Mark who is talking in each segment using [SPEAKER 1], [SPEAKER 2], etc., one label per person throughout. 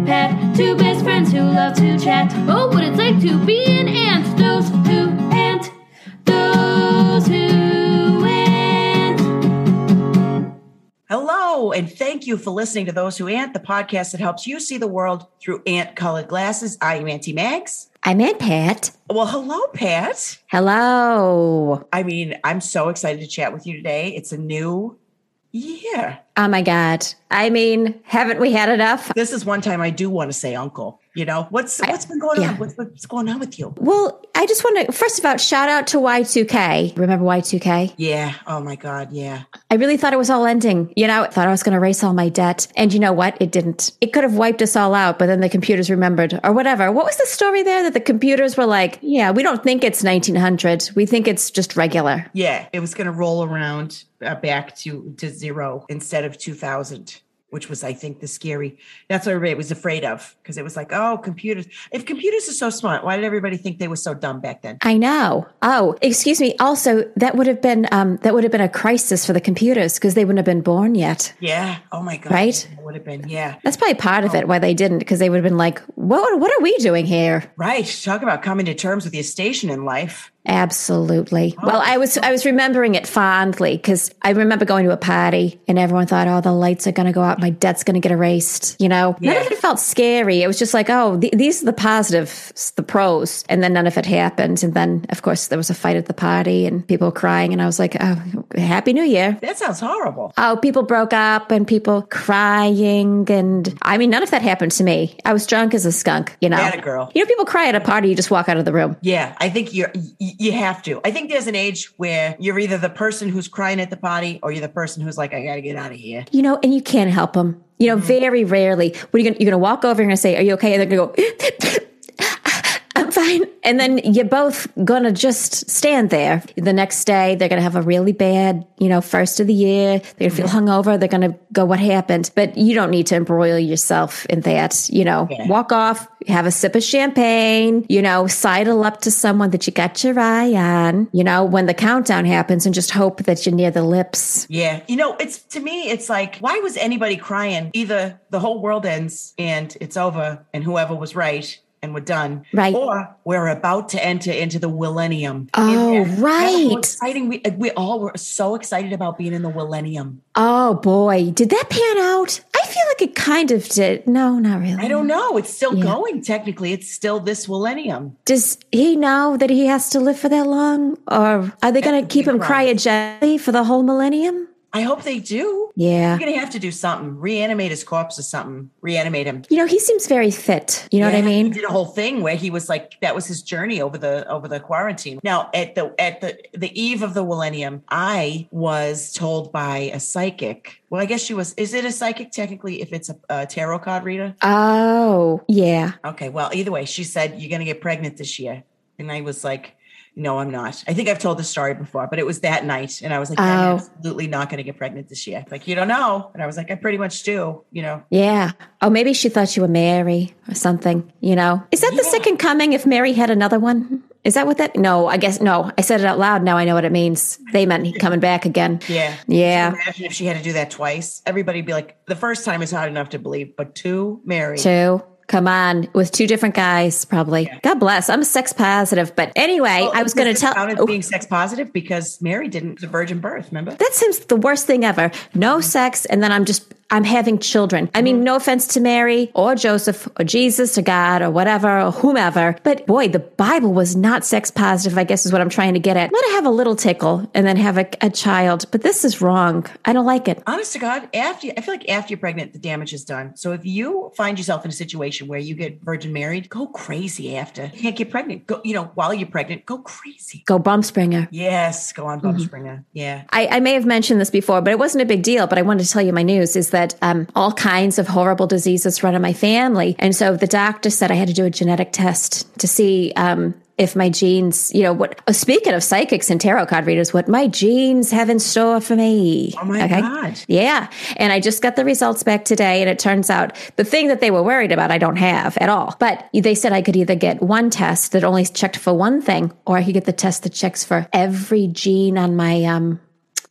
[SPEAKER 1] Two best friends who love to chat. Oh, what it's like to be an ant. Those who ant. Those who ant.
[SPEAKER 2] Hello, and thank you for listening to Those Who Ant, the podcast that helps you see the world through ant colored glasses. I am Auntie Max.
[SPEAKER 3] I'm Aunt Pat.
[SPEAKER 2] Well, hello, Pat.
[SPEAKER 3] Hello.
[SPEAKER 2] I mean, I'm so excited to chat with you today. It's a new year.
[SPEAKER 3] Oh my God. I mean, haven't we had enough?
[SPEAKER 2] This is one time I do want to say uncle. You know, what's what's been going on?
[SPEAKER 3] yeah.
[SPEAKER 2] What's, what's going on with you?
[SPEAKER 3] Well, I just want to, first of all, shout out to Y2K. Remember Y2K?
[SPEAKER 2] Yeah. Oh my God. Yeah.
[SPEAKER 3] I really thought it was all ending. You know, I thought I was going to erase all my debt. And you know what? It didn't. It could have wiped us all out, but then the computers remembered or whatever. What was the story there that the computers were like, yeah, we don't think it's 1900. We think it's just regular.
[SPEAKER 2] Yeah. It was going to roll around uh, back to to zero instead of two thousand. Which was, I think, the scary. That's what everybody was afraid of because it was like, oh, computers. If computers are so smart, why did everybody think they were so dumb back then?
[SPEAKER 3] I know. Oh, excuse me. Also, that would have been um, that would have been a crisis for the computers because they wouldn't have been born yet.
[SPEAKER 2] Yeah. Oh my God.
[SPEAKER 3] Right?
[SPEAKER 2] That would have been. Yeah.
[SPEAKER 3] That's probably part of it why they didn't, because they would have been like, "What? What are we doing here?"
[SPEAKER 2] Right. Talk about coming to terms with your station in life.
[SPEAKER 3] Absolutely. Well, I was I was remembering it fondly because I remember going to a party and everyone thought, "Oh, the lights are going to go out, my debt's going to get erased." You know,
[SPEAKER 2] Yeah.
[SPEAKER 3] none of it felt scary. It was just like, "Oh, th- these are the positives, the pros," and then none of it happened. And then, of course, there was a fight at the party and people were crying, and I was like, "Oh, happy New Year."
[SPEAKER 2] That sounds horrible.
[SPEAKER 3] Oh, people broke up and people crying. And I mean, none of that happened to me. I was drunk as a skunk, you know.
[SPEAKER 2] Atta girl.
[SPEAKER 3] You know, people cry at a party, you just walk out of the room.
[SPEAKER 2] Yeah, I think you're y- you have to. I think there's an age where you're either the person who's crying at the party or you're the person who's like, I gotta get out of here.
[SPEAKER 3] You know, and you can't help them. You know, very rarely. What are you gonna, you're going to walk over and going to say, Are you okay? And they're going to go, I'm fine. And then you're both going to just stand there. The next day, they're going to have a really bad, you know, first of the year. They're going to feel hungover. They're going to go, what happened? But you don't need to embroil yourself in that, you know,
[SPEAKER 2] Yeah.
[SPEAKER 3] walk off, have a sip of champagne, you know, sidle up to someone that you got your eye on, you know, when the countdown happens and just hope that you're near the lips.
[SPEAKER 2] Yeah, you know, it's to me, it's like, why was anybody crying? Either the whole world ends and it's over, and whoever was right and we're done,
[SPEAKER 3] Right.
[SPEAKER 2] Or we're about to enter into the millennium.
[SPEAKER 3] Oh,
[SPEAKER 2] And that's how
[SPEAKER 3] right.
[SPEAKER 2] Exciting! We we all were so excited about being in the millennium.
[SPEAKER 3] Oh boy, did that pan out? I feel like it kind of did. No, not really.
[SPEAKER 2] I don't know. It's still
[SPEAKER 3] Yeah.
[SPEAKER 2] going. Technically, it's still this millennium.
[SPEAKER 3] Does he know that he has to live for that long? Or are they going
[SPEAKER 2] would
[SPEAKER 3] to
[SPEAKER 2] be
[SPEAKER 3] keep him
[SPEAKER 2] wrong.
[SPEAKER 3] cryogenically for the whole millennium?
[SPEAKER 2] I hope they do.
[SPEAKER 3] Yeah.
[SPEAKER 2] You're gonna have to do something. Reanimate his corpse or something. Reanimate him.
[SPEAKER 3] You know, he seems very fit. You know what I
[SPEAKER 2] Yeah, He
[SPEAKER 3] mean?
[SPEAKER 2] did a whole thing where he was like, that was his journey over the over the quarantine. Now, at the at the the eve of the millennium, I was told by a psychic. Well, I guess she was. Is it a psychic technically if it's a, a tarot card reader?
[SPEAKER 3] Oh, yeah.
[SPEAKER 2] Okay. Well, either way, she said you're gonna get pregnant this year, and I was like. No, I'm not. I think I've told this story before, but it was that night. And I was like, I'm
[SPEAKER 3] Oh.
[SPEAKER 2] absolutely not going to get pregnant this year. Like, you don't know. And I was like, I pretty much do, you know.
[SPEAKER 3] Yeah. Oh, maybe she thought you were Mary or something, you know? Is that the
[SPEAKER 2] Yeah.
[SPEAKER 3] second coming if Mary had another one? Is that what that? No, I guess no. I said it out loud. Now I know what it means. They meant he coming back again.
[SPEAKER 2] Yeah.
[SPEAKER 3] Yeah.
[SPEAKER 2] Imagine if she had to do that twice. Everybody'd be like, the first time is not enough to believe, but two, Mary.
[SPEAKER 3] Two. Come on, with two different guys, probably. God bless. I'm sex positive, but anyway,
[SPEAKER 2] Well,
[SPEAKER 3] I was going to
[SPEAKER 2] this
[SPEAKER 3] tell.
[SPEAKER 2] counted
[SPEAKER 3] Oh,
[SPEAKER 2] being sex positive because Mary didn't the virgin birth. Remember?
[SPEAKER 3] that seems the worst thing ever. No sex, and then I'm just I'm having children. I mean, no offense to Mary or Joseph or Jesus or God or whatever or whomever, but boy, the Bible was not sex positive. I guess is what I'm trying to get at. Let her have a little tickle and then have a, a child, but this is wrong. I don't like it.
[SPEAKER 2] Honest to God, after I feel like after you're pregnant, the damage is done. So if you find yourself in a situation where you get virgin married, go crazy after. You can't get pregnant. Go, you know, while you're pregnant, go crazy.
[SPEAKER 3] Go bump springer.
[SPEAKER 2] Yes, go on, Bob
[SPEAKER 3] Mm-hmm.
[SPEAKER 2] Springer. Yeah.
[SPEAKER 3] I, I may have mentioned this before, but it wasn't a big deal. But I wanted to tell you my news is that um, all kinds of horrible diseases run in my family. And so the doctor said I had to do a genetic test to see um, if my genes, you know, what, oh, speaking of psychics and tarot card readers, what my genes have in store for me.
[SPEAKER 2] Oh my God.
[SPEAKER 3] Yeah. And I just got the results back today. And it turns out the thing that they were worried about, I don't have at all. But they said I could either get one test that only checked for one thing, or I could get the test that checks for every gene on my, um,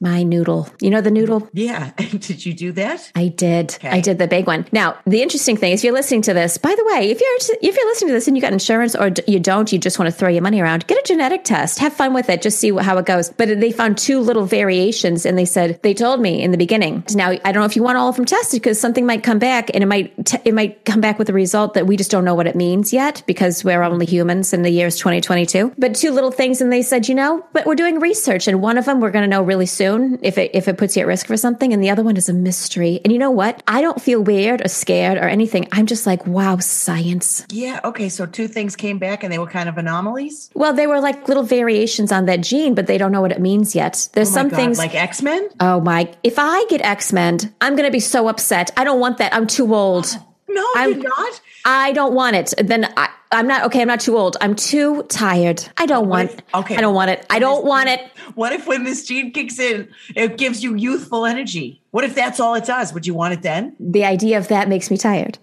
[SPEAKER 3] my noodle. You know the noodle?
[SPEAKER 2] Yeah. Did you do that?
[SPEAKER 3] I did.
[SPEAKER 2] Okay.
[SPEAKER 3] I did the big one. Now, the interesting thing is, if you're listening to this, by the way, if you're if you're listening to this and you got insurance or d- you don't, you just want to throw your money around, get a genetic test. Have fun with it. Just see wh- how it goes. But they found two little variations, and they said they told me in the beginning. Now I don't know if you want all of them tested because something might come back, and it might t- it might come back with a result that we just don't know what it means yet because we're only humans, and the year is 2022. But two little things, and they said, you know, but we're doing research, and one of them we're going to know really soon if it if it puts you at risk for something, and the other one is a mystery. And you know what? I don't feel weird or scared or anything. I'm just like, wow, science.
[SPEAKER 2] Yeah. Okay. So two things came back and they were kind of anomalies.
[SPEAKER 3] Well, they were like little variations on that gene, but they don't know what it means yet. There's
[SPEAKER 2] Oh my
[SPEAKER 3] some
[SPEAKER 2] God,
[SPEAKER 3] things
[SPEAKER 2] like X Men.
[SPEAKER 3] Oh my! If I get X Men, I'm going to be so upset. I don't want that. I'm too old.
[SPEAKER 2] No,
[SPEAKER 3] I'm-
[SPEAKER 2] you're not.
[SPEAKER 3] I don't want it. Then I, I'm not okay. I'm not too old. I'm too tired. I don't want.
[SPEAKER 2] Okay.
[SPEAKER 3] I don't want it. I don't want it.
[SPEAKER 2] What if when this gene kicks in, it gives you youthful energy? What if that's all it does? Would you want it then?
[SPEAKER 3] The idea of that makes me tired.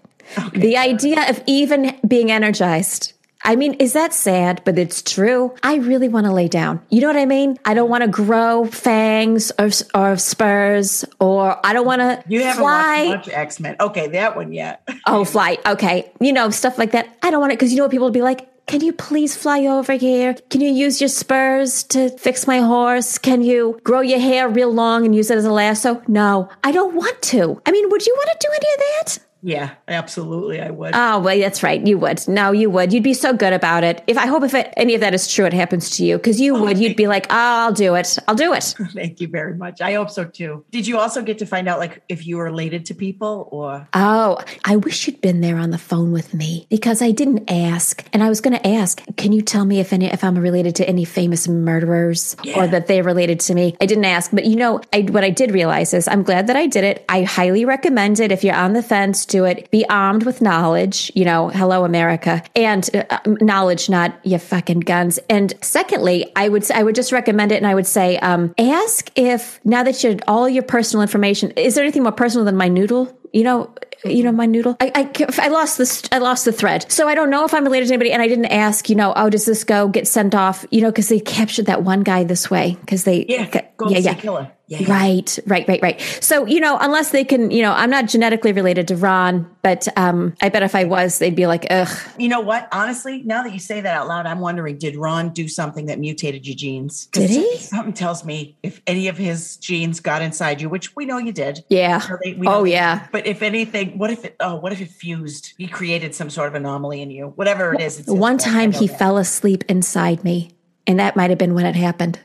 [SPEAKER 3] The idea of even being energized. I mean, is that sad? But it's true. I really want to lay down. You know what I mean? I don't want to grow fangs or, or spurs, or I don't want to
[SPEAKER 2] You haven't
[SPEAKER 3] fly.
[SPEAKER 2] watched much X Men. Okay, that one yet.
[SPEAKER 3] Oh, fly. Okay. You know, stuff like that. I don't want it because you know what people would be like? Can you please fly over here? Can you use your spurs to fix my horse? Can you grow your hair real long and use it as a lasso? No, I don't want to. I mean, would you want to do any of that?
[SPEAKER 2] yeah, absolutely. I would.
[SPEAKER 3] Oh, well, that's right. You would. No, you would. You'd be so good about it. If I hope if it, any of that is true, it happens to you because you would. You'd be like, oh, I'll do it. I'll do it.
[SPEAKER 2] Thank you very much. I hope so too. Did you also get to find out like if you were related to people or
[SPEAKER 3] Oh, I wish you'd been there on the phone with me because I didn't ask. And I was going to ask, can you tell me if any if I'm related to any famous murderers or that they're related to me? I didn't ask, but you know, I what I did realize is I'm glad that I did it. I highly recommend it if you're on the fence, do it. Be armed with knowledge, you know, hello America, and uh, um, knowledge not your fucking guns. And secondly, I would say I would just recommend it and I would say um ask if now that you're all your personal information, is there anything more personal than my noodle? you know you
[SPEAKER 2] Mm-hmm.
[SPEAKER 3] know my noodle I, I can't- i lost this i lost the thread so i don't know if i'm related to anybody and i didn't ask you know oh does this go get sent off you know because they captured that one guy this way because they
[SPEAKER 2] Golden
[SPEAKER 3] yeah,
[SPEAKER 2] State
[SPEAKER 3] yeah.
[SPEAKER 2] Killer. Yeah, yeah.
[SPEAKER 3] Right, right, right, right. So, you know, unless they can, you know, I'm not genetically related to Ron, but um, I bet if I was, they'd be like, ugh.
[SPEAKER 2] You know what? Honestly, now that you say that out loud, I'm wondering: Did Ron do something that mutated your genes? 'Cause
[SPEAKER 3] Did he?
[SPEAKER 2] Something tells me if any of his genes got inside you, which we know you did.
[SPEAKER 3] Yeah.
[SPEAKER 2] So they- we know
[SPEAKER 3] Oh,
[SPEAKER 2] they-
[SPEAKER 3] yeah.
[SPEAKER 2] But if anything, what if it? Oh, what if it fused? He created some sort of anomaly in you. Whatever it is. It's
[SPEAKER 3] One
[SPEAKER 2] it's- I
[SPEAKER 3] time
[SPEAKER 2] know
[SPEAKER 3] he
[SPEAKER 2] that.
[SPEAKER 3] fell asleep inside me, and that might have been when it happened.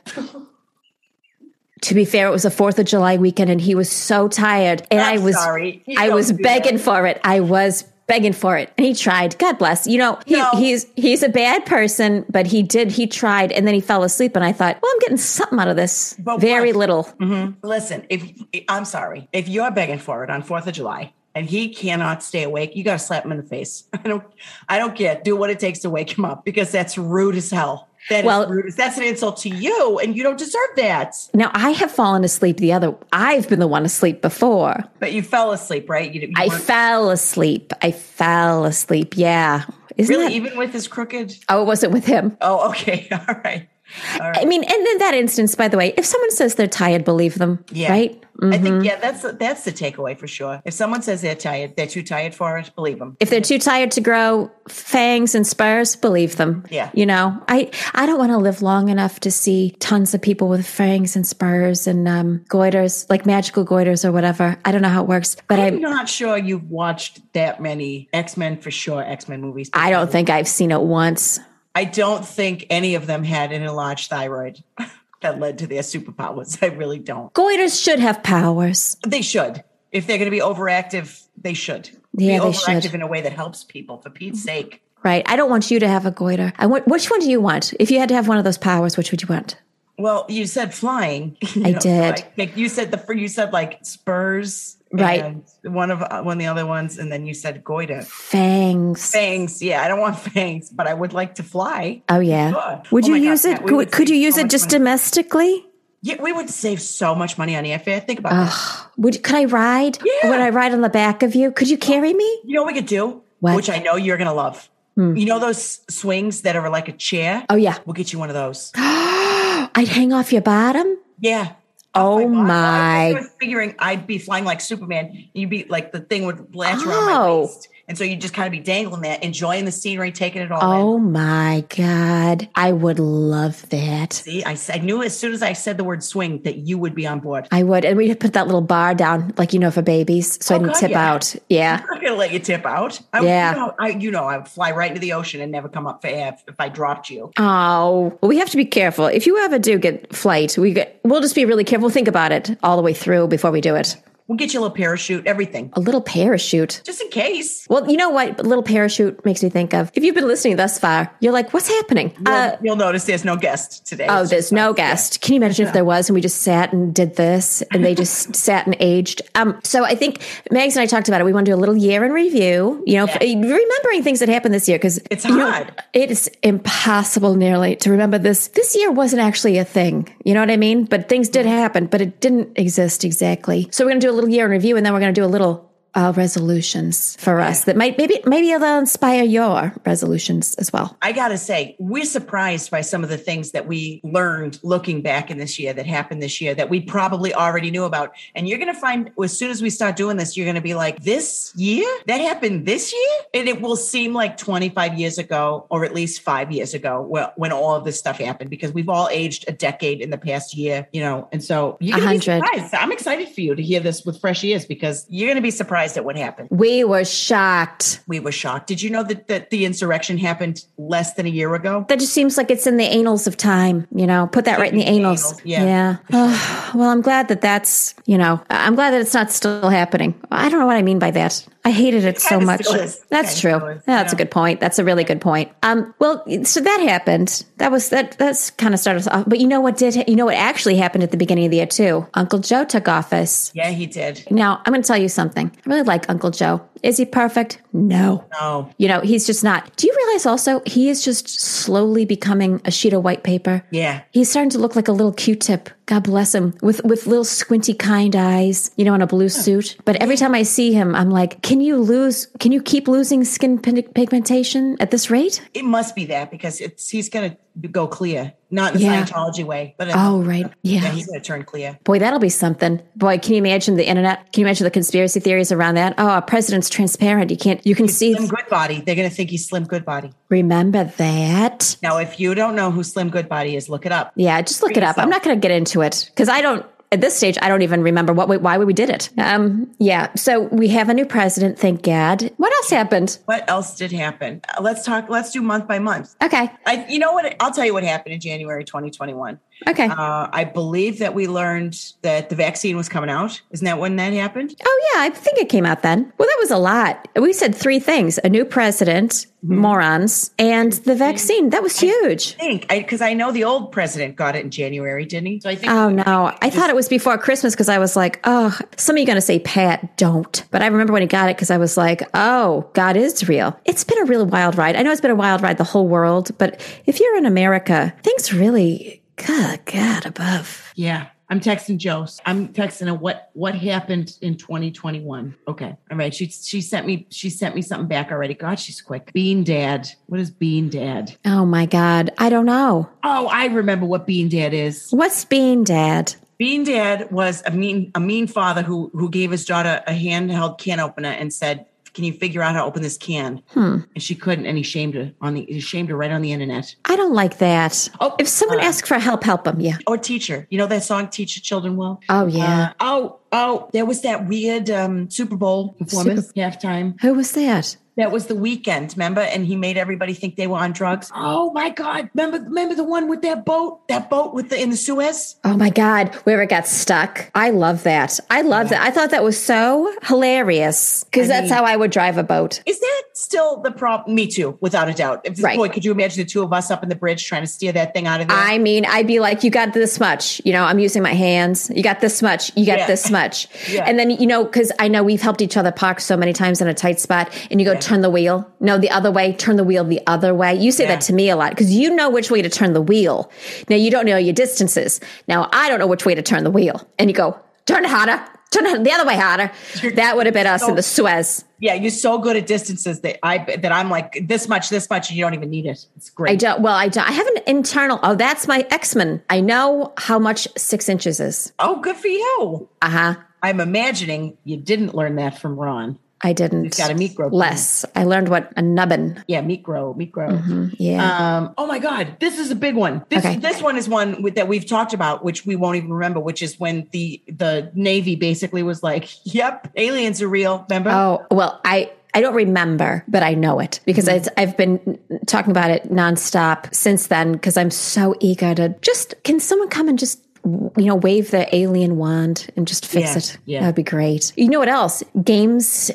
[SPEAKER 3] to be fair, it was a 4th of July weekend, and he was so tired. And
[SPEAKER 2] I'm
[SPEAKER 3] I was.
[SPEAKER 2] sorry. You
[SPEAKER 3] I
[SPEAKER 2] don't
[SPEAKER 3] was
[SPEAKER 2] do
[SPEAKER 3] begging
[SPEAKER 2] that.
[SPEAKER 3] for it. I was begging for it. And he tried. God bless. You know, he,
[SPEAKER 2] No.
[SPEAKER 3] he's he's a bad person, but he did. He tried and then he fell asleep. And I thought, well, I'm getting something out of this.
[SPEAKER 2] But
[SPEAKER 3] Very
[SPEAKER 2] what? Mm-hmm.
[SPEAKER 3] little.
[SPEAKER 2] Listen, if I'm sorry, if you're begging for it on Fourth of July and he cannot stay awake, you got to slap him in the face. I don't, I don't care. Do what it takes to wake him up because that's rude as hell. That is
[SPEAKER 3] Well-
[SPEAKER 2] rude. as- That's an insult to you, and you don't deserve that.
[SPEAKER 3] Now, I have fallen asleep the other. I've been the one asleep before.
[SPEAKER 2] But you fell asleep, right? You, you
[SPEAKER 3] I
[SPEAKER 2] weren't-
[SPEAKER 3] fell asleep. I fell asleep. Yeah. Isn't
[SPEAKER 2] really,
[SPEAKER 3] that?
[SPEAKER 2] even with his crooked.
[SPEAKER 3] oh, it wasn't with him.
[SPEAKER 2] Oh, okay, all right.
[SPEAKER 3] I mean, and in that instance, by the way, if someone says they're tired, believe them.
[SPEAKER 2] Yeah.
[SPEAKER 3] Right? Mm-hmm.
[SPEAKER 2] I think yeah, that's that's the takeaway for sure. If someone says they're tired, they're too tired for it, believe them.
[SPEAKER 3] if they're too tired to grow fangs and spurs, believe them.
[SPEAKER 2] Yeah.
[SPEAKER 3] You know, I I don't want to live long enough to see tons of people with fangs and spurs and um, goiters, like magical goiters or whatever. I don't know how it works, but
[SPEAKER 2] I'm
[SPEAKER 3] I
[SPEAKER 2] not sure you've watched that many X Men for sure X Men movies.
[SPEAKER 3] I don't think I've seen it once.
[SPEAKER 2] I don't think any of them had an enlarged thyroid that led to their superpowers. I really don't.
[SPEAKER 3] Goiters should have powers.
[SPEAKER 2] They should. If they're going to be overactive, they should.
[SPEAKER 3] Yeah,
[SPEAKER 2] be
[SPEAKER 3] they
[SPEAKER 2] overactive
[SPEAKER 3] should. Mm-hmm.
[SPEAKER 2] in a way that helps people, for Pete's sake.
[SPEAKER 3] Right. I don't want you to have a goiter. I want which one do you want? If you had to have one of those powers, which would you want?
[SPEAKER 2] Well, you said flying. you
[SPEAKER 3] I
[SPEAKER 2] know, so
[SPEAKER 3] did.
[SPEAKER 2] think you said the fir- you said like spurs,
[SPEAKER 3] Right.
[SPEAKER 2] and One of uh, one of the other ones, and then you said goiter.
[SPEAKER 3] Fangs.
[SPEAKER 2] Fangs. Yeah, I don't want fangs, but I would like to fly.
[SPEAKER 3] Oh yeah.
[SPEAKER 2] Sure.
[SPEAKER 3] Would
[SPEAKER 2] Oh
[SPEAKER 3] you
[SPEAKER 2] my God,
[SPEAKER 3] use
[SPEAKER 2] yeah,
[SPEAKER 3] it?
[SPEAKER 2] we
[SPEAKER 3] could
[SPEAKER 2] would
[SPEAKER 3] could you
[SPEAKER 2] save
[SPEAKER 3] use
[SPEAKER 2] so
[SPEAKER 3] it
[SPEAKER 2] much
[SPEAKER 3] just
[SPEAKER 2] money.
[SPEAKER 3] domestically?
[SPEAKER 2] Yeah, we would save so much money on airfare. Think about that.
[SPEAKER 3] Would could I ride?
[SPEAKER 2] Yeah.
[SPEAKER 3] Would I ride on the back of you? Could you carry me?
[SPEAKER 2] You know what we could do?
[SPEAKER 3] What? Hmm.
[SPEAKER 2] Which I know you're gonna love. You know those swings that are like a chair?
[SPEAKER 3] Oh yeah.
[SPEAKER 2] We'll get you one of those.
[SPEAKER 3] I'd hang off your bottom.
[SPEAKER 2] yeah. off
[SPEAKER 3] Oh
[SPEAKER 2] my. body. I
[SPEAKER 3] my.
[SPEAKER 2] was figuring I'd be flying like Superman. You'd be like the thing would latch around my
[SPEAKER 3] Oh.
[SPEAKER 2] waist, and so you'd just kind of be dangling that, enjoying the scenery, taking it all. in.
[SPEAKER 3] Oh my God. I would love that.
[SPEAKER 2] See, I, s- I knew as soon as I said the word swing that you would be on board.
[SPEAKER 3] I would. And we'd put that little bar down, like, you know, for babies. So
[SPEAKER 2] Oh,
[SPEAKER 3] I didn't
[SPEAKER 2] God,
[SPEAKER 3] tip
[SPEAKER 2] yeah.
[SPEAKER 3] out. Yeah.
[SPEAKER 2] I'm not gonna let you tip out. I,
[SPEAKER 3] Yeah.
[SPEAKER 2] you know, I you know I would fly right into the ocean and never come up for air if, if I dropped you.
[SPEAKER 3] Oh, well, we have to be careful. If you ever do get flight, we get, we'll just be really careful. We'll think about it all the way through before we do it.
[SPEAKER 2] We'll get you a little parachute, everything,
[SPEAKER 3] A little parachute.
[SPEAKER 2] just in case.
[SPEAKER 3] Well, you know what? Little parachute makes me think of. If you've been listening thus far, you're like, "What's happening?" Uh,
[SPEAKER 2] You'll, you'll notice there's no guest today.
[SPEAKER 3] oh, there's no guest. Can you imagine if there was, and we just sat and did this, and they just sat and aged? Um, so I think Mags and I talked about it. We want to do a little year in review. You know, f- remembering things that happened this year because
[SPEAKER 2] It's
[SPEAKER 3] you know,
[SPEAKER 2] hard.
[SPEAKER 3] it is impossible nearly to remember this. This year wasn't actually a thing. You know what I mean? But things did
[SPEAKER 2] Mm-hmm.
[SPEAKER 3] happen, but it didn't exist exactly. So we're going to do a little year in review, and then we're going to do a little uh, resolutions for us that might maybe maybe it'll inspire your resolutions as well.
[SPEAKER 2] I gotta say, we're surprised by some of the things that we learned looking back in this year that happened this year that we probably already knew about. And you're gonna find as soon as we start doing this, you're gonna be like, this year? That happened this year? And it will seem like 25 years ago, or at least five years ago, wh- when all of this stuff happened, because we've all aged a decade in the past year, you know. And so you're gonna be
[SPEAKER 3] 100.
[SPEAKER 2] surprised. I'm excited for you to hear this with fresh ears because you're gonna be surprised at what happened.
[SPEAKER 3] We were shocked.
[SPEAKER 2] We were shocked. Did you know that, that the insurrection happened less than a year ago?
[SPEAKER 3] That just seems like it's in the anals of time, you know. Put that right in the
[SPEAKER 2] be
[SPEAKER 3] anals.
[SPEAKER 2] anals, yeah.
[SPEAKER 3] Ugh, well, I'm glad that that's, you know, I'm glad that it's not still happening. I don't know what I mean by that. I hated it so
[SPEAKER 2] kinda
[SPEAKER 3] much.
[SPEAKER 2] still is.
[SPEAKER 3] That's
[SPEAKER 2] Kinda
[SPEAKER 3] true.
[SPEAKER 2] still is,
[SPEAKER 3] That's a
[SPEAKER 2] yeah.
[SPEAKER 3] good point. That's a really good point. Um, well, so that happened. That was that. That's kind of started us off. But you know what did? You know what actually happened at the beginning of the year too? Uncle Joe took office.
[SPEAKER 2] Yeah, he did.
[SPEAKER 3] Now I'm going to tell you something. I really like Uncle Joe. Is he perfect? No.
[SPEAKER 2] No.
[SPEAKER 3] You know, he's just not. Do you realize also he is just slowly becoming a sheet of white paper?
[SPEAKER 2] Yeah.
[SPEAKER 3] He's starting to look like a little Q-tip. God bless him, with with little squinty kind eyes, you know, in a blue suit. But every time I see him, I'm like, can you lose? Can you keep losing skin pig- pigmentation at this rate?
[SPEAKER 2] It must be that because it's he's gonna go clear, not in the
[SPEAKER 3] Yeah.
[SPEAKER 2] Scientology way, but in-
[SPEAKER 3] Oh, right,
[SPEAKER 2] yeah,
[SPEAKER 3] yeah.
[SPEAKER 2] he's gonna turn clear.
[SPEAKER 3] Boy, that'll be something. Boy, can you imagine the internet? Can you imagine the conspiracy theories around that? Oh, our president's transparent. You can't. You can see.
[SPEAKER 2] Slim Goodbody, they're gonna think he's Slim Goodbody.
[SPEAKER 3] Remember that.
[SPEAKER 2] Now, if you don't know who Slim Goodbody is, look it up.
[SPEAKER 3] Yeah, just look it up. I'm
[SPEAKER 2] yourself.
[SPEAKER 3] not going to get into it because I don't. At this stage, I don't even remember what we, why we did it. Um, yeah, so we have a new president, thank God. What else happened?
[SPEAKER 2] What else did happen? Uh, Let's talk. Let's do month by month.
[SPEAKER 3] Okay,
[SPEAKER 2] I, you know what? I'll tell you what happened in January 2021.
[SPEAKER 3] okay.
[SPEAKER 2] Uh, I believe that we learned that the vaccine was coming out. Isn't that when that happened?
[SPEAKER 3] oh yeah, I think it came out then. Well, that was a lot. We said three things: a new president, morons, and the vaccine. That was huge.
[SPEAKER 2] I think because I, know the old president got it in January, didn't he? So I think
[SPEAKER 3] Oh no, I thought it was before Christmas because I was like, oh, some of you going to say Pat, don't. But I remember when he got it because I was like, oh, God is real. It's been a real wild ride. I know it's been a wild ride the whole world, but if you're in America, things really, good God above.
[SPEAKER 2] Yeah. I'm texting Joe. I'm texting her what what happened in 2021. Okay. All right. She she sent me she sent me something back already. God, she's quick. Bean Dad. What is Bean Dad?
[SPEAKER 3] Oh my God, I don't know.
[SPEAKER 2] Oh, I remember what Bean Dad is.
[SPEAKER 3] What's being dad?
[SPEAKER 2] Bean Dad was a mean a mean father who who gave his daughter a handheld can opener and said, "Can you figure out how to open this can?" And she couldn't, and he shamed her on the he shamed her right on the internet.
[SPEAKER 3] I don't like that.
[SPEAKER 2] Oh,
[SPEAKER 3] if someone asks for help, help them. Yeah.
[SPEAKER 2] Or teacher, you know that song, "Teach Your Children Well."
[SPEAKER 3] Oh yeah.
[SPEAKER 2] Uh, oh, oh, there was that weird um, Super Bowl performance halftime.
[SPEAKER 3] Who was that?
[SPEAKER 2] That was the weekend, remember? And he made everybody think they were on drugs. Oh my God! Remember, remember the one with that boat, that boat with the in the Suez.
[SPEAKER 3] Oh my God, where it got stuck. I love that. I love that. I thought that was so hilarious because that's how I would drive a boat.
[SPEAKER 2] Is that still the problem? Me too, without a doubt. If this
[SPEAKER 3] Right.
[SPEAKER 2] boy, could you imagine the two of us up in the bridge trying to steer that thing out of there?
[SPEAKER 3] I mean, I'd be like, you got this much. You know, I'm using my hands. You got this much. You got
[SPEAKER 2] Yeah.
[SPEAKER 3] this much.
[SPEAKER 2] Yeah.
[SPEAKER 3] And then, you know, because I know we've helped each other park so many times in a tight spot and you go, turn the wheel. No, the other way. Turn the wheel the other way. You say
[SPEAKER 2] Yeah.
[SPEAKER 3] that to me a lot because you know which way to turn the wheel. Now, you don't know your distances. Now, I don't know which way to turn the wheel. And you go, turn it harder. Turn it the other way harder. That would have been us in the Suez.
[SPEAKER 2] yeah, you're so good at distances that I that I'm like this much, this much, and you don't even need it. It's great.
[SPEAKER 3] I don't. Well, I don't. I have an internal. Oh, that's my X Men. I know how much six inches is.
[SPEAKER 2] Oh, good for you.
[SPEAKER 3] Uh huh.
[SPEAKER 2] I'm imagining you didn't learn that from Ron.
[SPEAKER 3] I didn't.
[SPEAKER 2] You've got a meat grow. plan.
[SPEAKER 3] Less. I learned what a nubbin.
[SPEAKER 2] Yeah, meat grow, meat grow.
[SPEAKER 3] Mm-hmm. Yeah.
[SPEAKER 2] Um, oh my God, this is a big one. This
[SPEAKER 3] Okay.
[SPEAKER 2] this one is one with, that we've talked about, which we won't even remember, which is when the the Navy basically was like, "Yep, aliens are real." Remember?
[SPEAKER 3] Oh well, I I don't remember, but I know it because it's, I've been talking about it nonstop since then. Because I'm so eager to just can someone come and just you know wave the alien wand and just fix
[SPEAKER 2] Yeah,
[SPEAKER 3] it.
[SPEAKER 2] yeah.
[SPEAKER 3] That'd be great. You know what else? Games,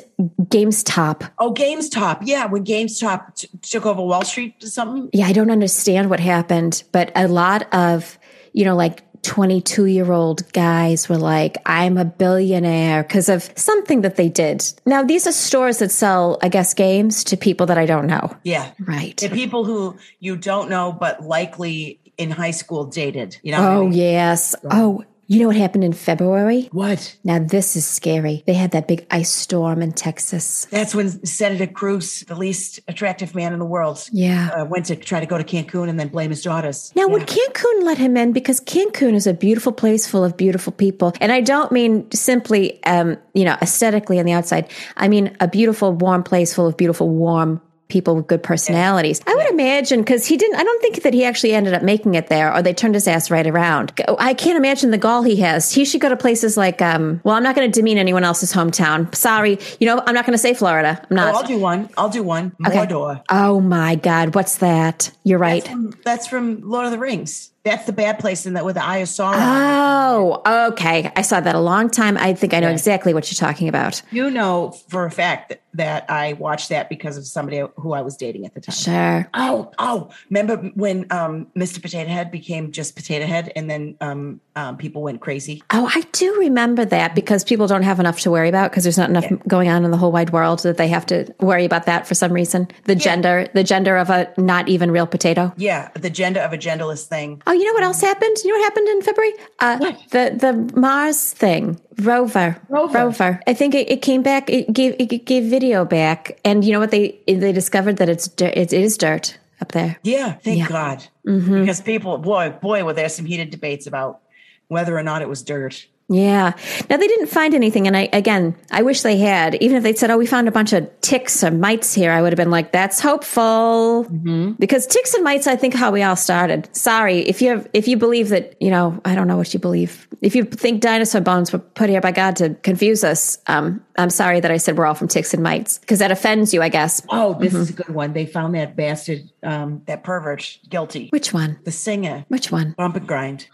[SPEAKER 3] games top.
[SPEAKER 2] Oh, GameStop. Yeah, when GameStop t- took over Wall Street or something.
[SPEAKER 3] Yeah, I don't understand what happened, but a lot of you know like. 22 year old guys were like, I'm a billionaire because of something that they did. Now, these are stores that sell, I guess, games to people that I don't know.
[SPEAKER 2] Yeah.
[SPEAKER 3] Right.
[SPEAKER 2] The people who you don't know, but likely in high school dated. You know? what I
[SPEAKER 3] Oh,
[SPEAKER 2] mean?
[SPEAKER 3] yes. Oh, you know what happened in February?
[SPEAKER 2] What?
[SPEAKER 3] Now, this is scary. They had that big ice storm in Texas.
[SPEAKER 2] That's when Senator Cruz, the least attractive man in the world,
[SPEAKER 3] Yeah.
[SPEAKER 2] uh, went to try to go to Cancun and then blame his daughters.
[SPEAKER 3] Now, would Cancun let him in? Because Cancun is a beautiful place full of beautiful people. And I don't mean simply, um, you know, aesthetically on the outside. I mean a beautiful, warm place full of beautiful, warm people with good personalities. I would imagine because he didn't, I don't think that he actually ended up making it there or they turned his ass right around. I can't imagine the gall he has. He should go to places like, um, well, I'm not going to demean anyone else's hometown. Sorry. You know, I'm not going to say Florida. I'm
[SPEAKER 2] Oh, I'll
[SPEAKER 3] not.
[SPEAKER 2] do one. I'll do one. Mordor.
[SPEAKER 3] Oh my God. What's that? You're right.
[SPEAKER 2] That's from Lord of the Rings. That's the bad place in that with the Eye of Sauron.
[SPEAKER 3] Oh, okay. I saw that a long time. I think I know exactly what you're talking about.
[SPEAKER 2] you know for a fact that, that I watched that because of somebody who I was dating at the time.
[SPEAKER 3] Sure.
[SPEAKER 2] Oh, oh! Remember when um, Mr. Potato Head became just Potato Head, and then um, um, people went crazy?
[SPEAKER 3] Oh, I do remember that because people don't have enough to worry about because there's not enough going on in the whole wide world that they have to worry about that for some reason. The gender, the gender of a not even real potato.
[SPEAKER 2] Yeah, the gender of a genderless thing.
[SPEAKER 3] Oh, you know what else happened? You know what happened in February? Uh, The the Mars thing, rover, rover. I think it, it came back. It gave it gave video back, and you know what they they discovered that it's dirt, it is dirt up there.
[SPEAKER 2] Yeah, thank God, because people, boy, boy, were there some heated debates about whether or not it was dirt.
[SPEAKER 3] Yeah. Now they didn't find anything, and I again, I wish they had. Even if they'd said, "Oh, we found a bunch of ticks or mites here," I would have been like, "That's hopeful," because ticks and mites, I think, how we all started. Sorry if you if you believe that you know, I don't know what you believe. If you think dinosaur bones were put here by God to confuse us, um, I'm sorry that I said we're all from ticks and mites because that offends you, I guess.
[SPEAKER 2] Oh, this is a good one. They found that bastard, um, that pervert, guilty.
[SPEAKER 3] Which one?
[SPEAKER 2] the singer,
[SPEAKER 3] Which one?
[SPEAKER 2] Bump and Grind.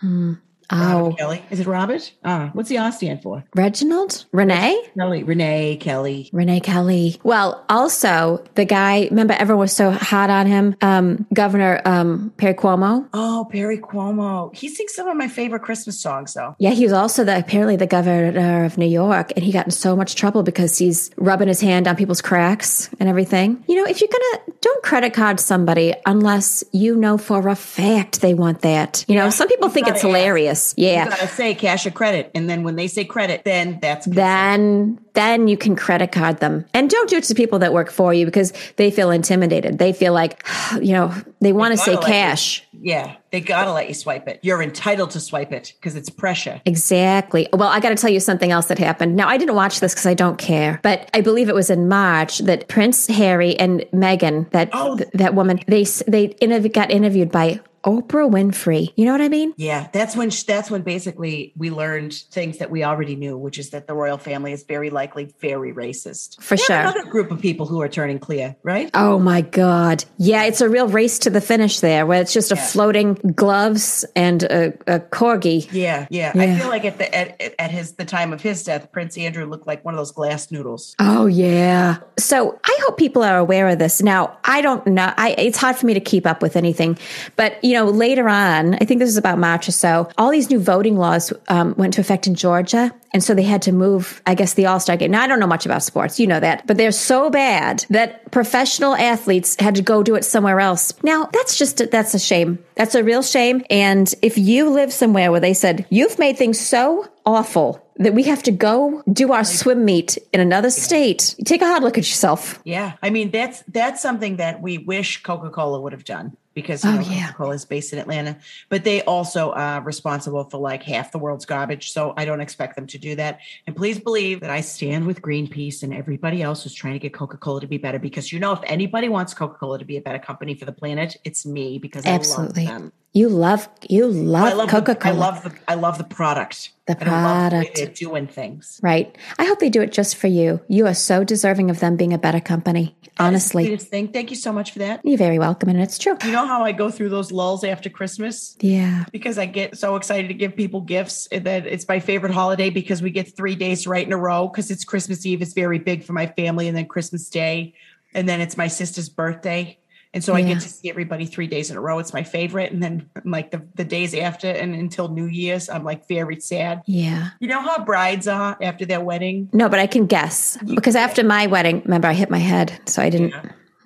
[SPEAKER 3] Oh,
[SPEAKER 2] Kelly, is it Robert? Ah, what's the R stand for?
[SPEAKER 3] Reginald, Renee.
[SPEAKER 2] Kelly, Renee, Kelly.
[SPEAKER 3] Renee Kelly. Well, also the guy, remember everyone was so hot on him, um, Governor um, Perry Cuomo.
[SPEAKER 2] Oh, Perry Cuomo. He sings some of my favorite Christmas songs, though.
[SPEAKER 3] Yeah, he was also the apparently the governor of New York, and he got in so much trouble because he's rubbing his hand on people's cracks and everything. You know, if you're gonna don't credit card somebody unless you know for a fact they want that. You know, some people think it's
[SPEAKER 2] gotta ask.
[SPEAKER 3] hilarious. Yeah,
[SPEAKER 2] You gotta say cash or credit, and then when they say credit, then that's
[SPEAKER 3] then then you can credit card them and don't do it to people that work for you because they feel intimidated they feel like you know they want to
[SPEAKER 2] gotta
[SPEAKER 3] say
[SPEAKER 2] like it.
[SPEAKER 3] cash
[SPEAKER 2] yeah. They gotta let you swipe it. You're entitled to swipe it because it's pressure.
[SPEAKER 3] Exactly. Well, I got to tell you something else that happened. Now, I didn't watch this because I don't care, but I believe it was in March that Prince Harry and Meghan, that
[SPEAKER 2] Oh.
[SPEAKER 3] th- that woman, they s- they interv- got interviewed by Oprah Winfrey. You know what I mean?
[SPEAKER 2] Yeah, that's when sh- that's when basically we learned things that we already knew, which is that the royal family is very likely very racist.
[SPEAKER 3] For
[SPEAKER 2] We have
[SPEAKER 3] sure.
[SPEAKER 2] another group of people who are turning clear, right?
[SPEAKER 3] Oh my God. Yeah, it's a real race to the finish there where it's just a floating gloves and a, a corgi.
[SPEAKER 2] Yeah, yeah.
[SPEAKER 3] Yeah.
[SPEAKER 2] I feel like at the at, at his the time of his death, Prince Andrew looked like one of those glass noodles.
[SPEAKER 3] Oh yeah. So I hope people are aware of this. Now I don't know. I it's hard for me to keep up with anything, but you know later on, I think this is about March or so. All these new voting laws um, went to effect in Georgia, and so they had to move. I guess the All Star game. Now I don't know much about sports, you know that, but they're so bad that professional athletes had to go do it somewhere else. Now that's just that's a shame. That's a real shame. And if you live somewhere where they said you've made things so awful that we have to go do our swim meet in another state. Take a hard look at yourself.
[SPEAKER 2] Yeah, I mean that's that's something that we wish Coca Cola would have done because you
[SPEAKER 3] Oh,
[SPEAKER 2] know,
[SPEAKER 3] yeah.
[SPEAKER 2] Coca Cola is based in Atlanta, but they also are responsible for like half the world's garbage. So I don't expect them to do that. And please believe that I stand with Greenpeace and everybody else who's trying to get Coca Cola to be better because you know if anybody wants Coca Cola to be a better company for the planet, it's me because
[SPEAKER 3] Absolutely.
[SPEAKER 2] I love them.
[SPEAKER 3] You love you
[SPEAKER 2] I
[SPEAKER 3] love,
[SPEAKER 2] love
[SPEAKER 3] Coca
[SPEAKER 2] the, I
[SPEAKER 3] Cola.
[SPEAKER 2] love the I love the product.
[SPEAKER 3] The
[SPEAKER 2] And I love the way
[SPEAKER 3] product.
[SPEAKER 2] they're doing things.
[SPEAKER 3] Right. I hope they do it just for you. You are so deserving of them being a better company. Honestly.
[SPEAKER 2] Sweetest thing. Thank you so much for that.
[SPEAKER 3] You're very welcome and it's true.
[SPEAKER 2] You know how I go through those lulls after Christmas?
[SPEAKER 3] Yeah.
[SPEAKER 2] Because I get so excited to give people gifts and then it's my favorite holiday because we get three days right in a row because it's Christmas Eve. It's very big for my family and then Christmas Day. And then it's my sister's birthday. And so I
[SPEAKER 3] Yeah.
[SPEAKER 2] get to see everybody three days in a row. It's my favorite. And then like the, the days after and until New Year's, I'm like very sad.
[SPEAKER 3] Yeah.
[SPEAKER 2] You know how brides are after their wedding?
[SPEAKER 3] No, but I can guess because after my wedding, remember I hit my head, so I didn't.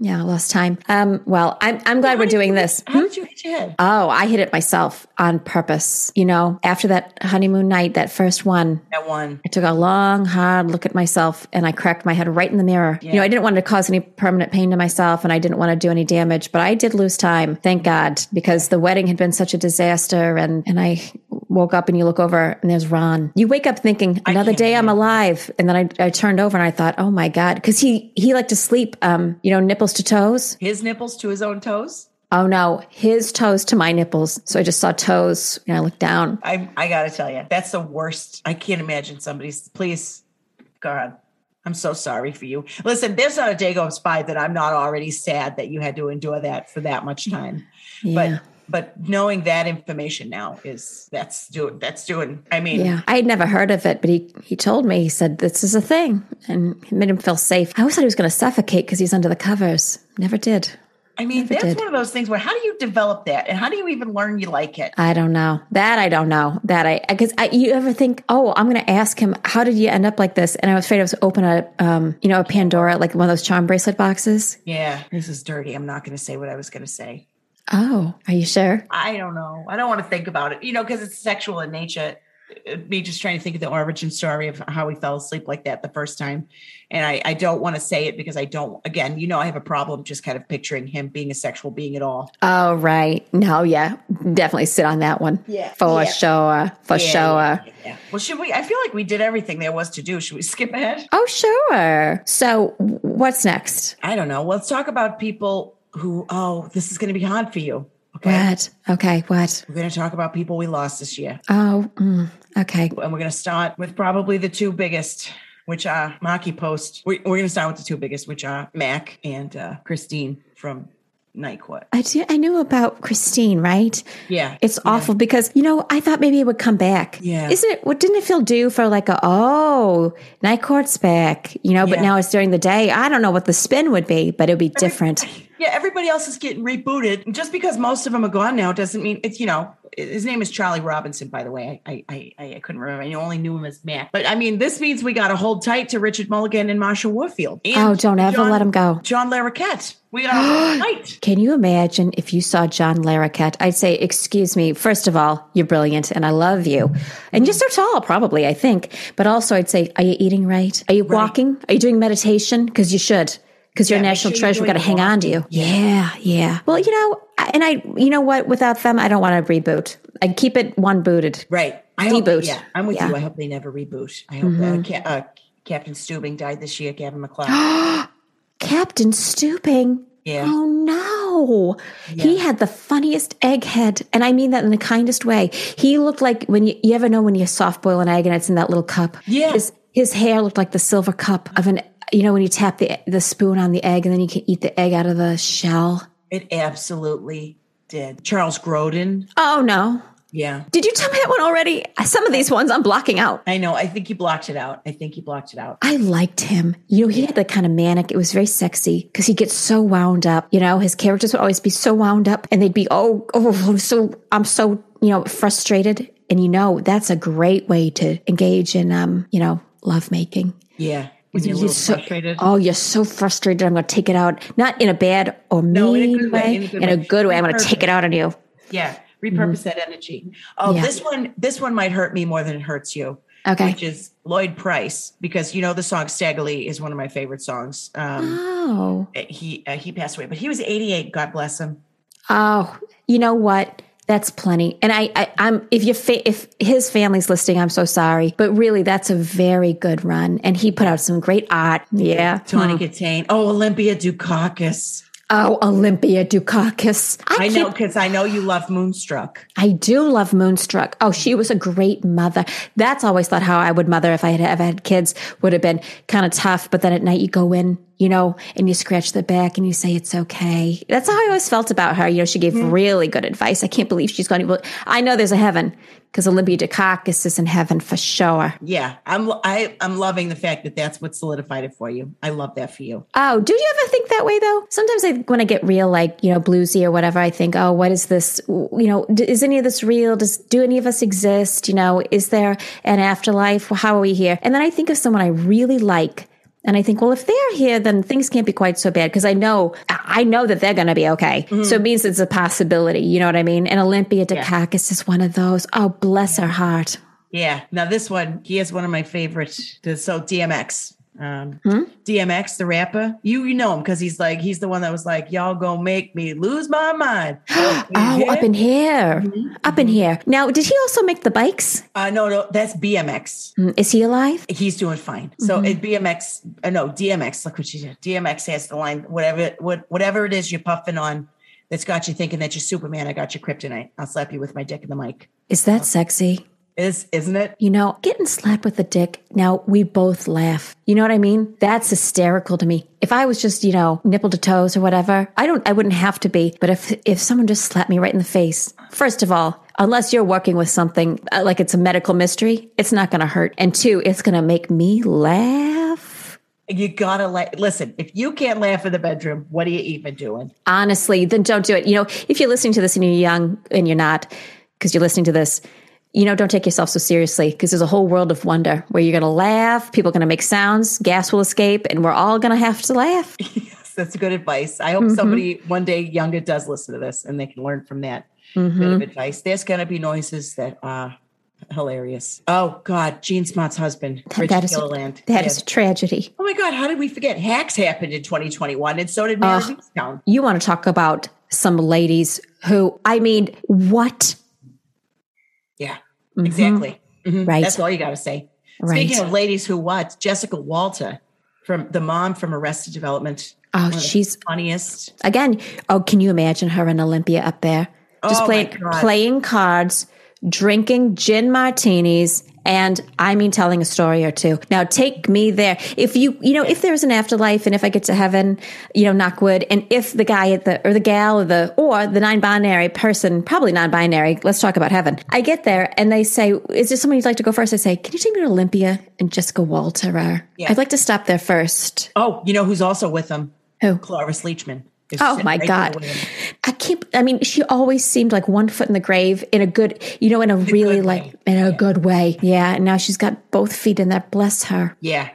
[SPEAKER 3] Yeah, I lost time. Um, well, I'm I'm glad we're doing this. Hmm?
[SPEAKER 2] How did you hit your head?
[SPEAKER 3] Oh, I hit it myself on purpose. You know, after that honeymoon night, that first one,
[SPEAKER 2] That one.
[SPEAKER 3] I took a long, hard look at myself and I cracked my head right in the mirror. You know, I didn't want to cause any permanent pain to myself and I didn't want to do any damage, but I did lose time, thank God, because the wedding had been such a disaster. And, and I woke up and you look over and there's Ron. You wake up thinking, another
[SPEAKER 2] can't
[SPEAKER 3] day I'm alive. And then I, I turned over and I thought, oh my God, because he, he liked to sleep, um, you know, nipples to toes.
[SPEAKER 2] His nipples to his own toes?
[SPEAKER 3] Oh no, his toes to my nipples. So I just saw toes and I looked down.
[SPEAKER 2] I I gotta tell you, that's the worst. I can't imagine somebody's. Please, God, I'm so sorry for you. Listen, there's not a day goes by that I'm not already sad that you had to endure that for that much time.
[SPEAKER 3] Yeah.
[SPEAKER 2] But but knowing that information now is that's doing that's doing. I mean,
[SPEAKER 3] Yeah, I had never heard of it, but he he told me. He said this is a thing, and it made him feel safe. I always thought he was going to suffocate because he's under the covers. Never did.
[SPEAKER 2] I mean that's
[SPEAKER 3] did.
[SPEAKER 2] one of those things where how do you develop that and how do you even learn you like it?
[SPEAKER 3] I don't know that. I don't know that. I because I, you ever think, oh, I'm going to ask him, how did you end up like this? And I was afraid I was open a um, you know, a Pandora like one of those charm bracelet boxes.
[SPEAKER 2] Yeah, this is dirty. I'm not going to say what I was going to say.
[SPEAKER 3] Oh, are you sure?
[SPEAKER 2] I don't know. I don't want to think about it, you know, because it's sexual in nature. Uh, Me just trying to think of the origin story of how he fell asleep like that the first time. And I, I don't want to say it because I don't, again, you know, I have a problem just kind of picturing him being a sexual being at all.
[SPEAKER 3] Oh, right. No, yeah, definitely sit on that one.
[SPEAKER 2] Yeah.
[SPEAKER 3] for
[SPEAKER 2] Yeah.
[SPEAKER 3] sure, for
[SPEAKER 2] Yeah,
[SPEAKER 3] sure.
[SPEAKER 2] yeah, yeah. Well, should we? I feel like we did everything there was to do. Should we skip ahead?
[SPEAKER 3] Oh, sure. So, w- what's next?
[SPEAKER 2] I don't know. Let's talk about people who, oh, this is going to be hard for you. Okay.
[SPEAKER 3] What? Okay, what?
[SPEAKER 2] We're going to talk about people we lost this year.
[SPEAKER 3] Oh, mm, okay.
[SPEAKER 2] and we're going to start with probably the two biggest which are Maki Post. We, we're going to start with the two biggest, which are Mac and uh, Christine from Night Court.
[SPEAKER 3] I do. I knew about Christine, right?
[SPEAKER 2] Yeah.
[SPEAKER 3] It's awful because you know I thought maybe it would come back.
[SPEAKER 2] Yeah.
[SPEAKER 3] Isn't it? What didn't it feel due for like a oh night court's back? You know, but
[SPEAKER 2] Yeah.
[SPEAKER 3] now it's during the day. I don't know what the spin would be, but it'd be different.
[SPEAKER 2] Yeah, everybody else is getting rebooted. Just because most of them are gone now doesn't mean it's, you know, his name is Charlie Robinson, by the way. I I, I, I couldn't remember. I only knew him as Mac. But I mean, this means we got to hold tight to Richard Mulligan and Marsha Warfield. And
[SPEAKER 3] Oh, don't ever let him go.
[SPEAKER 2] John Larroquette. We got to hold tight.
[SPEAKER 3] Can you imagine if you saw John Larroquette? I'd say, excuse me, first of all, you're brilliant and I love you. And you're so tall, probably, I think. But also, I'd say, are you eating right? Are you walking? Are you doing meditation? Because you should. Because you're
[SPEAKER 2] Yeah,
[SPEAKER 3] a
[SPEAKER 2] make
[SPEAKER 3] national
[SPEAKER 2] sure you're
[SPEAKER 3] treasure. We've got
[SPEAKER 2] doing
[SPEAKER 3] to hang on to you. Yeah, yeah. Well, you know, I- and I, you know what? Without them, I don't want to reboot. I keep it one booted.
[SPEAKER 2] Right. I hope,
[SPEAKER 3] Reboot.
[SPEAKER 2] Yeah, I'm with
[SPEAKER 3] Yeah. Mm-hmm.
[SPEAKER 2] you. I hope they never reboot. I hope uh, Ca- uh, Captain Steubing died this year. Gavin McLeod.
[SPEAKER 3] Captain Stooping.
[SPEAKER 2] Yeah.
[SPEAKER 3] Oh no. He had the funniest egghead. And I mean that in the kindest way. He looked like when you, you ever know when you soft boil an egg and it's in that little cup.
[SPEAKER 2] Yeah.
[SPEAKER 3] His his hair looked like the silver cup of an you know when you tap the the spoon on the egg and then you can eat the egg out of the shell.
[SPEAKER 2] It absolutely did. Charles Grodin.
[SPEAKER 3] Oh no.
[SPEAKER 2] Yeah.
[SPEAKER 3] Did you tell me that one already? Some of these ones I'm blocking out.
[SPEAKER 2] I know. I think he blocked it out. I think he blocked it out.
[SPEAKER 3] I liked him. You know, he had that kind of manic. It was very sexy because he gets so wound up. You know, his characters would always be so wound up, and they'd be, oh, oh, I'm so, I'm so, you know, frustrated. And you know, that's a great way to engage in, um, you know, lovemaking.
[SPEAKER 2] Yeah. When you're a
[SPEAKER 3] You're
[SPEAKER 2] little
[SPEAKER 3] so-
[SPEAKER 2] frustrated.
[SPEAKER 3] Oh, you're so frustrated. I'm going to take it out, not in a bad or mean
[SPEAKER 2] No, in a good way,
[SPEAKER 3] way,
[SPEAKER 2] in a good
[SPEAKER 3] in a
[SPEAKER 2] way.
[SPEAKER 3] good way. I'm going to
[SPEAKER 2] Perfect.
[SPEAKER 3] take it out on you.
[SPEAKER 2] Yeah. Repurpose that energy. Oh,
[SPEAKER 3] Mm-hmm. Yeah.
[SPEAKER 2] this one. This one might hurt me more than it hurts you.
[SPEAKER 3] Okay.
[SPEAKER 2] which is Lloyd Price, because you know the song Staggerly is one of my favorite songs. Um,
[SPEAKER 3] Oh.
[SPEAKER 2] he uh, he passed away, but he was 88. God bless him.
[SPEAKER 3] Oh, you know what? That's plenty. And I, I I'm if your fa- if his family's listening, I'm so sorry, but really, that's a very good run, and he put out some great art. Yeah,
[SPEAKER 2] Tony Katane. Oh, Olympia Dukakis.
[SPEAKER 3] Oh, Olympia Dukakis. I,
[SPEAKER 2] I
[SPEAKER 3] can't-
[SPEAKER 2] know because I know you love Moonstruck.
[SPEAKER 3] I do love Moonstruck. Oh, she was a great mother. That's always thought how I would mother if I had ever had kids would have been kind of tough. But then at night you go in, you know, and you scratch their back and you say it's okay. That's how I always felt about her. You know, she gave really good advice. I can't believe she's gone. Well, I know there's a heaven because Olympia Dukakis is in heaven for sure.
[SPEAKER 2] Yeah, I'm I, I'm loving the fact that that's what solidified it for you. I love that for you.
[SPEAKER 3] Oh, do you ever think that way though? Sometimes I, when I get real, like you know, bluesy or whatever, I think, oh, what is this? You know, d- is any of this real? Does do any of us exist? You know, is there an afterlife? How are we here? And then I think of someone I really like. And I think, well, if they're here, then things can't be quite so bad because I know I know that they're going to be okay. So it means it's a possibility. You know what I mean? And Olympia Dukakis is one of those. Oh, bless her heart.
[SPEAKER 2] Yeah. Now this one, he is one of my favorite. So DMX, um,
[SPEAKER 3] Hmm?
[SPEAKER 2] DMX, the rapper. You you know him because he's like he's the one that was like, y'all gonna make me lose my mind.
[SPEAKER 3] Oh, up in here, up in here. Now, did he also make the bikes?
[SPEAKER 2] uh, no, no, that's BMX.
[SPEAKER 3] Mm, Is he alive?
[SPEAKER 2] He's doing fine. So
[SPEAKER 3] Mm-hmm.
[SPEAKER 2] it BMX, uh, no DMX. Look what you did. DMX has the line. Whatever what whatever it is you're puffing on, that's got you thinking that you're Superman. I got your kryptonite. I'll slap you with my dick in the mic.
[SPEAKER 3] Is that sexy?
[SPEAKER 2] Is isn't it?
[SPEAKER 3] You know, getting slapped with a dick. Now we both laugh. You know what I mean? That's hysterical to me. If I was just, you know, nipple to toes or whatever, I don't I wouldn't have to be. But if if someone just slapped me right in the face, first of all, unless you're working with something uh, like it's a medical mystery, it's not going to hurt. And two, it's going to make me laugh.
[SPEAKER 2] You gotta la- listen. If you can't laugh in the bedroom, what are you even doing?
[SPEAKER 3] honestly, then don't do it. You know, if you're listening to this and you're young and you're not, because you're listening to this, you know, don't take yourself so seriously because there's a whole world of wonder where you're going to laugh, people are going to make sounds, gas will escape, and we're all going to have to laugh.
[SPEAKER 2] Yes, that's good advice. I hope
[SPEAKER 3] Mm-hmm.
[SPEAKER 2] somebody one day younger does listen to this and they can learn from that
[SPEAKER 3] Mm-hmm.
[SPEAKER 2] bit of advice. There's gonna be noises that are hilarious. Oh God, Gene Smart's husband, Rich
[SPEAKER 3] that is
[SPEAKER 2] Gilliland.
[SPEAKER 3] That is
[SPEAKER 2] Yeah.
[SPEAKER 3] a tragedy.
[SPEAKER 2] oh my God, how did we forget? Hacks happened in 2021, and so did Mary Beanstown.
[SPEAKER 3] You want to talk about some ladies who, I mean, what?
[SPEAKER 2] Yeah, exactly. Mhm.
[SPEAKER 3] Mm-hmm. Right.
[SPEAKER 2] That's all you gotta say.
[SPEAKER 3] Right.
[SPEAKER 2] Speaking of ladies who what, Jessica Walter from the mom from Arrested Development.
[SPEAKER 3] Oh,
[SPEAKER 2] one of the
[SPEAKER 3] she's
[SPEAKER 2] funniest.
[SPEAKER 3] again. Oh, can you imagine her and Olympia up there, just
[SPEAKER 2] Oh, my
[SPEAKER 3] playing
[SPEAKER 2] God.
[SPEAKER 3] playing cards, drinking gin martinis, and I mean telling a story or two. Now take me there. If you you know if there's an afterlife and if I get to heaven, you know knock wood, and if the guy at the or the gal or the or the non-binary person, probably non-binary. Let's talk about heaven. I get there and they say, "Is there someone you'd like to go first? I say, "Can you take me to Olympia and Jessica Walter?" are?
[SPEAKER 2] Yeah.
[SPEAKER 3] I'd like to stop there first.
[SPEAKER 2] Oh, you know who's also with them?
[SPEAKER 3] Who?
[SPEAKER 2] Cloris Leachman. is
[SPEAKER 3] Oh
[SPEAKER 2] sitting
[SPEAKER 3] my
[SPEAKER 2] right
[SPEAKER 3] God.
[SPEAKER 2] there with him.
[SPEAKER 3] I can't, I mean, she always seemed like one foot in the grave in a good, you know, in a really
[SPEAKER 2] good
[SPEAKER 3] like,
[SPEAKER 2] way.
[SPEAKER 3] in a good way. Yeah. And now she's got both feet in there. Bless her.
[SPEAKER 2] Yeah.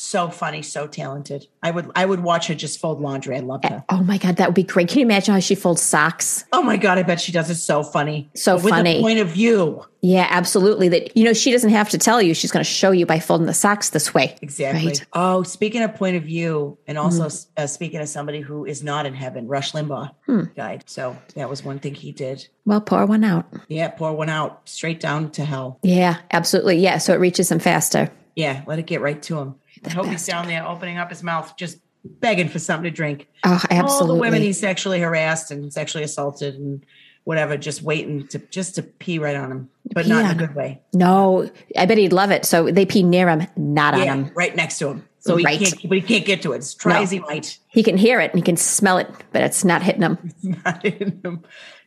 [SPEAKER 2] So funny, so talented. I would I would watch her just fold laundry. I love her.
[SPEAKER 3] Oh my God. That would be great. Can you imagine how she folds socks?
[SPEAKER 2] Oh my God, I bet she does it so funny.
[SPEAKER 3] So
[SPEAKER 2] But with
[SPEAKER 3] funny.
[SPEAKER 2] a point of view.
[SPEAKER 3] Yeah, absolutely. That, you know, she doesn't have to tell you. She's going to show you by folding the socks this way.
[SPEAKER 2] Exactly.
[SPEAKER 3] Right. Mm.
[SPEAKER 2] Oh, speaking of point of view, and also uh, speaking of somebody who is not in heaven, Rush Limbaugh
[SPEAKER 3] Hmm.
[SPEAKER 2] died. So that was one thing he did.
[SPEAKER 3] Well, pour one out.
[SPEAKER 2] Yeah, pour one out straight down to hell.
[SPEAKER 3] Yeah, absolutely. Yeah. So it reaches them faster.
[SPEAKER 2] Yeah, let it get right to him. I hope he's
[SPEAKER 3] bastard.
[SPEAKER 2] down there opening up his mouth, just begging for something to drink.
[SPEAKER 3] Oh, absolutely.
[SPEAKER 2] all the women he sexually harassed and sexually assaulted and whatever, just waiting to just to pee right on him, but not in
[SPEAKER 3] on
[SPEAKER 2] a good way.
[SPEAKER 3] no, I bet he'd love it. So they pee near him, not on
[SPEAKER 2] Yeah,
[SPEAKER 3] him.
[SPEAKER 2] right next to him. So he
[SPEAKER 3] Right.
[SPEAKER 2] can't, but he can't get to it. As try
[SPEAKER 3] No.
[SPEAKER 2] as he might,
[SPEAKER 3] He can hear it and he can smell it, but it's not hitting him.
[SPEAKER 2] it's not in him.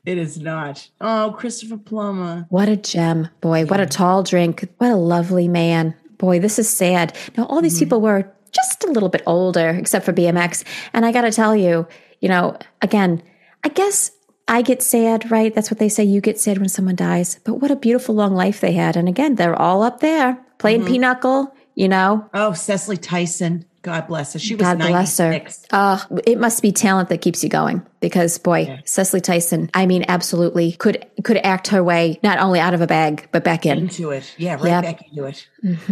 [SPEAKER 2] It is not. Oh, Christopher Plummer.
[SPEAKER 3] What a gem, boy. What a tall drink. What a lovely man. Boy, this is sad. Now, all these people were just a little bit older, except for BMX. And I got to tell you, you know, again, I guess I get sad, right? That's what they say. You get sad when someone dies. But what a beautiful long life they had. And again, they're all up there playing pinochle, you know?
[SPEAKER 2] Oh, Cecily Tyson. God bless her. She was
[SPEAKER 3] God bless her.
[SPEAKER 2] 96.
[SPEAKER 3] Uh, it must be talent that keeps you going because, boy, Cecily Tyson, I mean, absolutely could could act her way not only out of a bag but back in.
[SPEAKER 2] into it. Yeah, right
[SPEAKER 3] Yep. Mm-hmm.
[SPEAKER 2] back into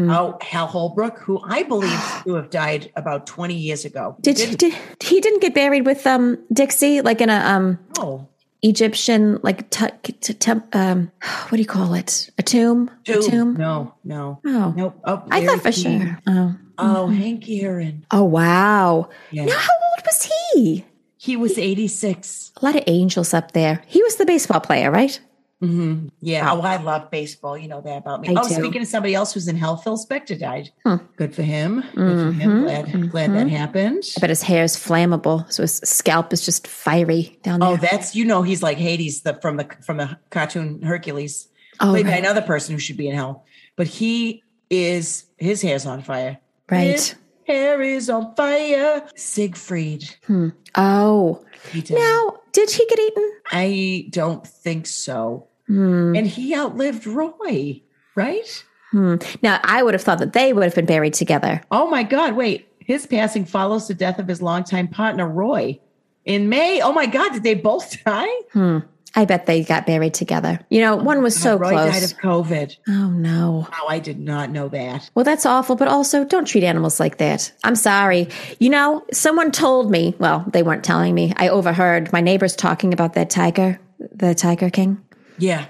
[SPEAKER 2] it. Oh, Hal Holbrook, who I believe to have died about 20 years ago.
[SPEAKER 3] Did, did he didn't get buried with um Dixie like in a um
[SPEAKER 2] Oh,
[SPEAKER 3] Egyptian like t- t- temp, um what do you call it a tomb a tomb
[SPEAKER 2] No, no.
[SPEAKER 3] Oh.
[SPEAKER 2] Nope. Oh,
[SPEAKER 3] I thought for
[SPEAKER 2] Larry King.
[SPEAKER 3] sure oh
[SPEAKER 2] Oh, Hank Aaron.
[SPEAKER 3] oh wow
[SPEAKER 2] Yeah.
[SPEAKER 3] now how old was he
[SPEAKER 2] He was 86.
[SPEAKER 3] a lot of angels up there he was the baseball player right
[SPEAKER 2] Yeah. Oh, I love baseball. You know that about me.
[SPEAKER 3] I
[SPEAKER 2] oh,
[SPEAKER 3] do.
[SPEAKER 2] speaking of somebody else who's in hell, Phil Spector died. Good for him. Good for
[SPEAKER 3] Mm-hmm.
[SPEAKER 2] him. Glad, glad that happened.
[SPEAKER 3] but his hair is flammable so his scalp is just fiery down there
[SPEAKER 2] Oh, that's you know he's like Hades the from the from the cartoon Hercules,
[SPEAKER 3] Oh,
[SPEAKER 2] played by
[SPEAKER 3] right.
[SPEAKER 2] another person who should be in hell, but he is his hair's on fire.
[SPEAKER 3] Right.
[SPEAKER 2] His hair is on fire. Siegfried.
[SPEAKER 3] oh
[SPEAKER 2] He died.
[SPEAKER 3] Hmm. now did he get eaten
[SPEAKER 2] I don't think so.
[SPEAKER 3] Hmm.
[SPEAKER 2] And he outlived Roy, right?
[SPEAKER 3] now I would have thought that they would have been buried together
[SPEAKER 2] Oh my God! Wait, his passing follows the death of his longtime partner Roy in May. Oh my God! Did they both die?
[SPEAKER 3] I bet they got buried together you know one was so
[SPEAKER 2] Roy died
[SPEAKER 3] close
[SPEAKER 2] of COVID.
[SPEAKER 3] oh no
[SPEAKER 2] Wow, I did not know that.
[SPEAKER 3] Well, that's awful, but also don't treat animals like that. I'm sorry. You know, someone told me, well, they weren't telling me. I overheard my neighbors talking about that tiger, the Tiger King.
[SPEAKER 2] Yeah.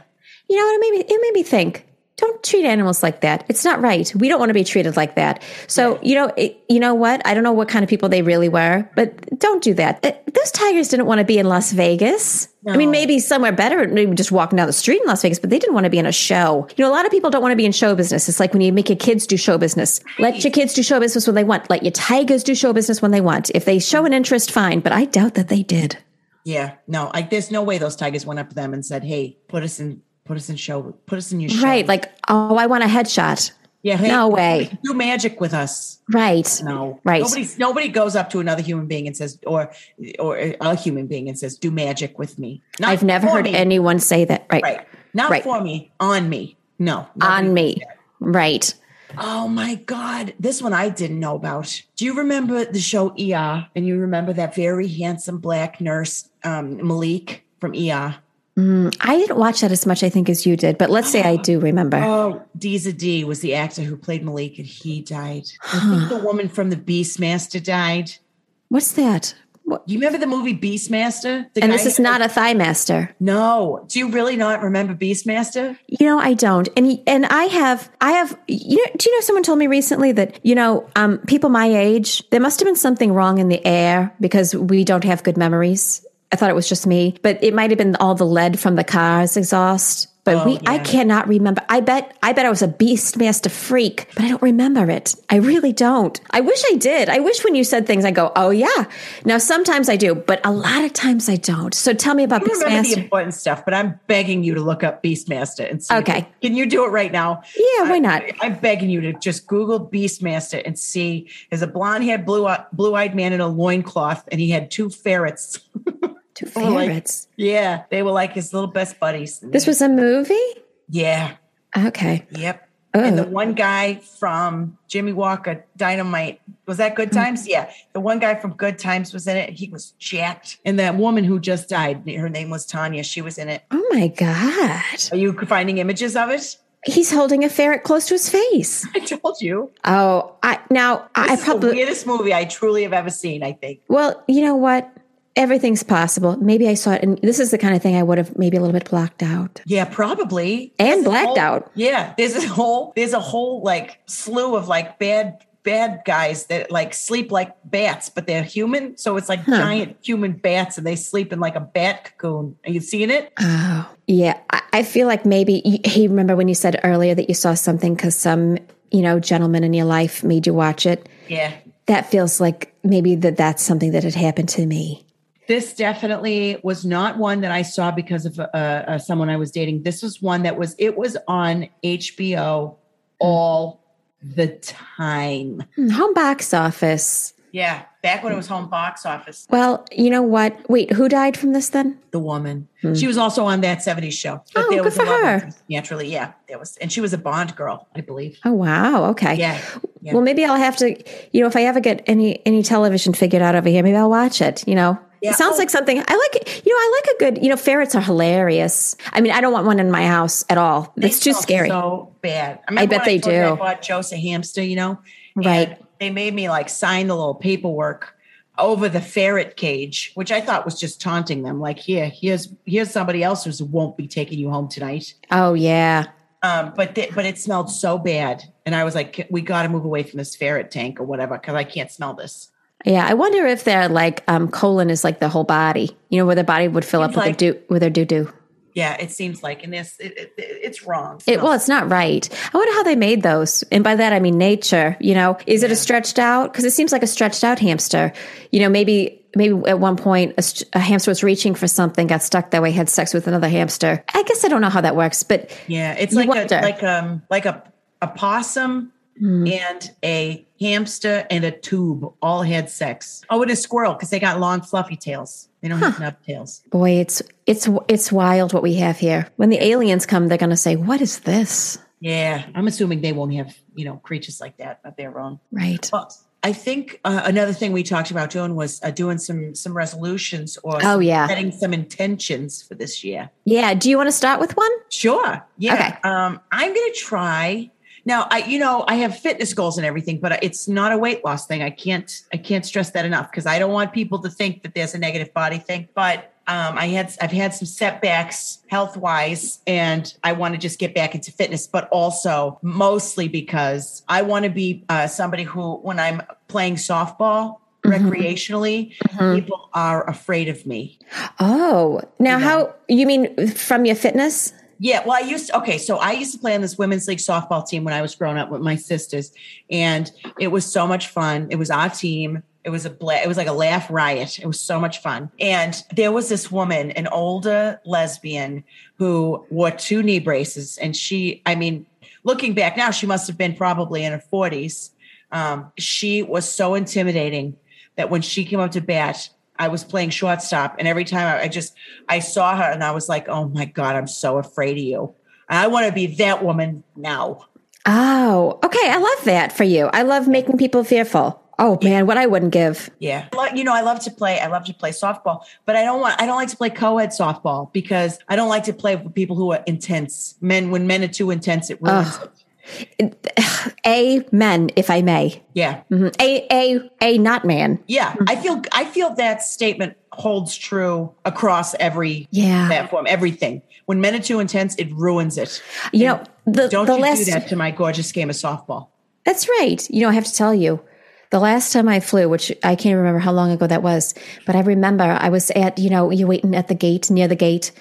[SPEAKER 3] You know, it made me, it made me think. Don't treat animals like that. It's not right. We don't want to be treated like that. So, you know, it, you know what? I don't know what kind of people they really were, but don't do that. Uh, Those tigers didn't want to be in Las Vegas. I mean,
[SPEAKER 2] No.
[SPEAKER 3] maybe somewhere better, maybe just walking down the street in Las Vegas, but they didn't want to be in a show. You know, a lot of people don't want to be in show business. It's like when you make your kids do show business. Let your kids do show business when they want. Let your tigers do show business when they want. If they show an interest, fine, but I doubt that they did.
[SPEAKER 2] Yeah, no, like there's no way those tigers went up to them and said, "Hey, put us in, put us in show, put us in your show."
[SPEAKER 3] Right. Like, oh, I want a headshot.
[SPEAKER 2] Yeah. Hey,
[SPEAKER 3] No way.
[SPEAKER 2] Do magic with us.
[SPEAKER 3] Right.
[SPEAKER 2] No.
[SPEAKER 3] Right.
[SPEAKER 2] Nobody. Nobody goes up to another human being and says, or, or a human being and says, "Do magic with me." Not
[SPEAKER 3] I've never
[SPEAKER 2] for
[SPEAKER 3] heard
[SPEAKER 2] me.
[SPEAKER 3] anyone say that. Right.
[SPEAKER 2] Right. Not
[SPEAKER 3] Right.
[SPEAKER 2] for me. On me. No. nobody-
[SPEAKER 3] On me. Right.
[SPEAKER 2] Oh my God. This one I didn't know about. Do you remember the show ER? And you remember that very handsome black nurse, um, Malik from ER?
[SPEAKER 3] I didn't watch that as much, I think, as you did, but let's say I do remember.
[SPEAKER 2] Oh, Deeza D was the actor who played Malik, and he died. I think the woman from the Beastmaster died.
[SPEAKER 3] What's that? What?
[SPEAKER 2] You remember the movie Beastmaster? The
[SPEAKER 3] And
[SPEAKER 2] guy-
[SPEAKER 3] this is not a thigh master.
[SPEAKER 2] No. Do you really not remember Beastmaster?
[SPEAKER 3] You know, I don't. And he- and I have I have you know, do you know someone told me recently that, you know, um people my age, there must have been something wrong in the air because we don't have good memories. I thought it was just me, but it might have been all the lead from the car's exhaust. But we
[SPEAKER 2] Oh,
[SPEAKER 3] I
[SPEAKER 2] yeah.
[SPEAKER 3] cannot remember. I bet I bet I was a beast master freak, but I don't remember it. I really don't. I wish I did. I wish when you said things I go, "Oh yeah." Now sometimes I do, but a lot of times I don't. So tell me about
[SPEAKER 2] I
[SPEAKER 3] beast
[SPEAKER 2] remember the
[SPEAKER 3] master.
[SPEAKER 2] important stuff, but I'm begging you to look up Beastmaster and see. if-
[SPEAKER 3] Okay.
[SPEAKER 2] Can you do it right now?
[SPEAKER 3] Yeah, why not?
[SPEAKER 2] I'm begging you to just Google Beastmaster and see. There's a blonde haired, blue blue eyed man in a loincloth, and he had two ferrets.
[SPEAKER 3] Two
[SPEAKER 2] were like-
[SPEAKER 3] favorites.
[SPEAKER 2] yeah. They were like his little best buddies.
[SPEAKER 3] This was a movie?
[SPEAKER 2] Yeah.
[SPEAKER 3] Okay.
[SPEAKER 2] Yep. And the
[SPEAKER 3] Oh.
[SPEAKER 2] one guy from Jimmy Walker Dynamite was that Good
[SPEAKER 3] Mm-hmm.
[SPEAKER 2] Times? Yeah, the one guy from Good Times was in it. He was jacked. And that woman who just died, her name was Tanya. She was in it.
[SPEAKER 3] Oh my God.
[SPEAKER 2] Are you finding images of it?
[SPEAKER 3] He's holding a ferret close to his face.
[SPEAKER 2] I told you.
[SPEAKER 3] Oh, I now I, I
[SPEAKER 2] This is the
[SPEAKER 3] probably
[SPEAKER 2] weirdest movie I truly have ever seen. I think.
[SPEAKER 3] well, you know what? Everything's possible. Maybe I saw it and this is the kind of thing I would have maybe a little bit blocked out.
[SPEAKER 2] Yeah, probably.
[SPEAKER 3] And
[SPEAKER 2] There's a
[SPEAKER 3] blacked
[SPEAKER 2] whole-
[SPEAKER 3] out.
[SPEAKER 2] Yeah, there's a whole there's a whole like slew of like bad bad guys that like sleep like bats, but they're human. So it's like giant human bats, and they sleep in like a bat cocoon. Are you seeing it?
[SPEAKER 3] Oh. Yeah. I, I feel like maybe y- he remember when you said earlier that you saw something because some, you know, gentleman in your life made you watch it.
[SPEAKER 2] Yeah.
[SPEAKER 3] That feels like maybe that that's something that had happened to me.
[SPEAKER 2] This definitely was not one that I saw because of uh, uh, someone I was dating. This was one that was it was on HBO all the time.
[SPEAKER 3] Hmm, Home box office.
[SPEAKER 2] Yeah, back when it was home box office.
[SPEAKER 3] Well, you know what? Wait, who died from this then?
[SPEAKER 2] the woman. She was also on that 70s show. But
[SPEAKER 3] Hmm. Oh, good
[SPEAKER 2] was a
[SPEAKER 3] for
[SPEAKER 2] lot of
[SPEAKER 3] her.
[SPEAKER 2] interest, Naturally, yeah. There was and she was a Bond girl, I believe.
[SPEAKER 3] Oh wow, okay.
[SPEAKER 2] Yeah.
[SPEAKER 3] Well, maybe I'll have to, you know, if I ever get any any television figured out over here, maybe I'll watch it. You know,
[SPEAKER 2] Yeah. oh.
[SPEAKER 3] it sounds like something I like. You know, I like a good. You know, ferrets are hilarious. I mean, I don't want one in my house at all. That's too
[SPEAKER 2] smell
[SPEAKER 3] scary.
[SPEAKER 2] So bad. I, remember
[SPEAKER 3] bet
[SPEAKER 2] when
[SPEAKER 3] they
[SPEAKER 2] told you I
[SPEAKER 3] do.
[SPEAKER 2] bought Joe's a hamster, you know, and
[SPEAKER 3] Right.
[SPEAKER 2] they made me like sign the little paperwork over the ferret cage, which I thought was just taunting them. Like, here, here's here's somebody else who won't be taking you home tonight.
[SPEAKER 3] oh yeah.
[SPEAKER 2] Um, but th- but it smelled so bad, and I was like, we got to move away from this ferret tank or whatever because I can't smell this.
[SPEAKER 3] Yeah, I wonder if they're like um, colon is like the whole body, you know, where the body would fill up
[SPEAKER 2] Seems
[SPEAKER 3] with
[SPEAKER 2] like-
[SPEAKER 3] their do with their doo doo.
[SPEAKER 2] Yeah, it seems like, and this it, it, it's wrong.
[SPEAKER 3] It well, it's not right. I wonder how they made those, and by that I mean nature. You know, is it a stretched out? Because it seems like a stretched out hamster. You know, maybe maybe at one point a, st- a hamster was reaching for something, got stuck that way, had sex with another hamster. I guess I don't know how that works, but
[SPEAKER 2] Yeah, it's
[SPEAKER 3] You
[SPEAKER 2] like
[SPEAKER 3] wonder. Mm-hmm.
[SPEAKER 2] a like um like a a possum and a hamster and a tube all had sex. Oh, and a squirrel because they got long fluffy tails. They don't have nub tails.
[SPEAKER 3] boy, it's it's it's wild what we have here. When the aliens come, they're going to say, "What is this?"
[SPEAKER 2] Yeah, I'm assuming they won't have you know creatures like that of their own.
[SPEAKER 3] Right?
[SPEAKER 2] Well, I think uh, another thing we talked about doing was uh, doing some some resolutions or
[SPEAKER 3] Oh, yeah.
[SPEAKER 2] setting some intentions for this year.
[SPEAKER 3] Yeah. Do you want to start with one?
[SPEAKER 2] Sure. Yeah.
[SPEAKER 3] Okay.
[SPEAKER 2] Um, I'm going to try. Now, I you know I have fitness goals and everything, but it's not a weight loss thing. I can't I can't stress that enough because I don't want people to think that there's a negative body thing. But um, I had I've had some setbacks health wise, and I want to just get back into fitness. But also mostly because I want to be uh, somebody who, when I'm playing softball recreationally, people are afraid of me.
[SPEAKER 3] Oh, now how you mean from your fitness?
[SPEAKER 2] Yeah, well, I used to, okay. So I used to play on this women's league softball team when I was growing up with my sisters, and it was so much fun. It was our team. It was a bla- it was like a laugh riot. It was so much fun. And there was this woman, an older lesbian, who wore two knee braces, and she, I mean, looking back now, she must have been probably in her forties. Um, she was so intimidating that when she came up to bat, I was playing shortstop, and every time I, I just I saw her, and I was like, "Oh my god, I'm so afraid of you." I want to be that woman now.
[SPEAKER 3] Oh, okay. I love that for you. I love making people fearful. Oh man, what I wouldn't give.
[SPEAKER 2] Yeah, Like, you know, I love to play. I love to play softball, but I don't want. I don't like to play co-ed softball because I don't like to play with people who are intense. Men, when men are too intense, it ruins. it.
[SPEAKER 3] Amen, if I may.
[SPEAKER 2] Yeah,
[SPEAKER 3] Mhm. A a a not man.
[SPEAKER 2] yeah. I feel. I feel that statement holds true across every
[SPEAKER 3] Yeah.
[SPEAKER 2] platform. Everything. When men are too intense, it ruins it.
[SPEAKER 3] You know, the
[SPEAKER 2] Don't
[SPEAKER 3] the
[SPEAKER 2] you
[SPEAKER 3] last
[SPEAKER 2] do that to my gorgeous game of softball.
[SPEAKER 3] That's right. You know, I have to tell you, the last time I flew, which I can't remember how long ago that was, but I remember I was at, you know, you're waiting at the gate, near the gate,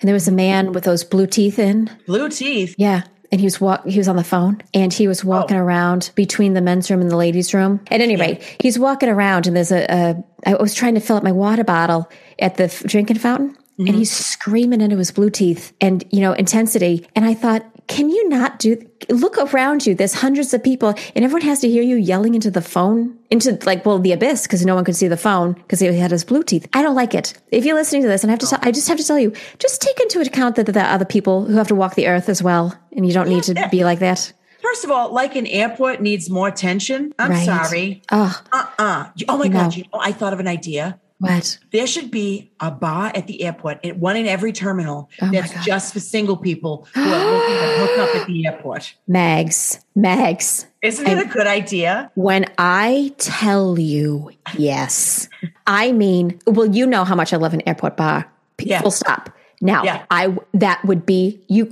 [SPEAKER 3] and there was a man with those blue teeth in.
[SPEAKER 2] Blue teeth.
[SPEAKER 3] Yeah. And he was walk he was on the phone and he was walking around between the men's room and the ladies' room. At any rate, he's walking around and there's a, a I was trying to fill up my water bottle at the f- drinking fountain and he's screaming into his blue teeth and you know intensity and I thought can you not do look around you there's hundreds of people and everyone has to hear you yelling into the phone into like well the abyss because no one could see the phone because he had his blue teeth i don't like it if you're listening to this and i have to tell, i just have to tell you just take into account that there are other people who have to walk the earth as well and you don't need to be like that
[SPEAKER 2] First of all, like an airport needs more attention. I'm
[SPEAKER 3] Right.
[SPEAKER 2] sorry.
[SPEAKER 3] oh
[SPEAKER 2] Uh-uh. You- Oh my God.
[SPEAKER 3] No.
[SPEAKER 2] You know, I thought of an idea.
[SPEAKER 3] what
[SPEAKER 2] There should be a bar at the airport, and one in every terminal
[SPEAKER 3] Oh my
[SPEAKER 2] that's
[SPEAKER 3] God.
[SPEAKER 2] just for single people who are looking to hook up at the airport.
[SPEAKER 3] mags mags
[SPEAKER 2] Isn't it a good idea?
[SPEAKER 3] When I tell you yes, I mean, well, you know how much I love an airport bar. P-
[SPEAKER 2] Yeah.
[SPEAKER 3] Full stop. Now,
[SPEAKER 2] Yeah.
[SPEAKER 3] I that would be you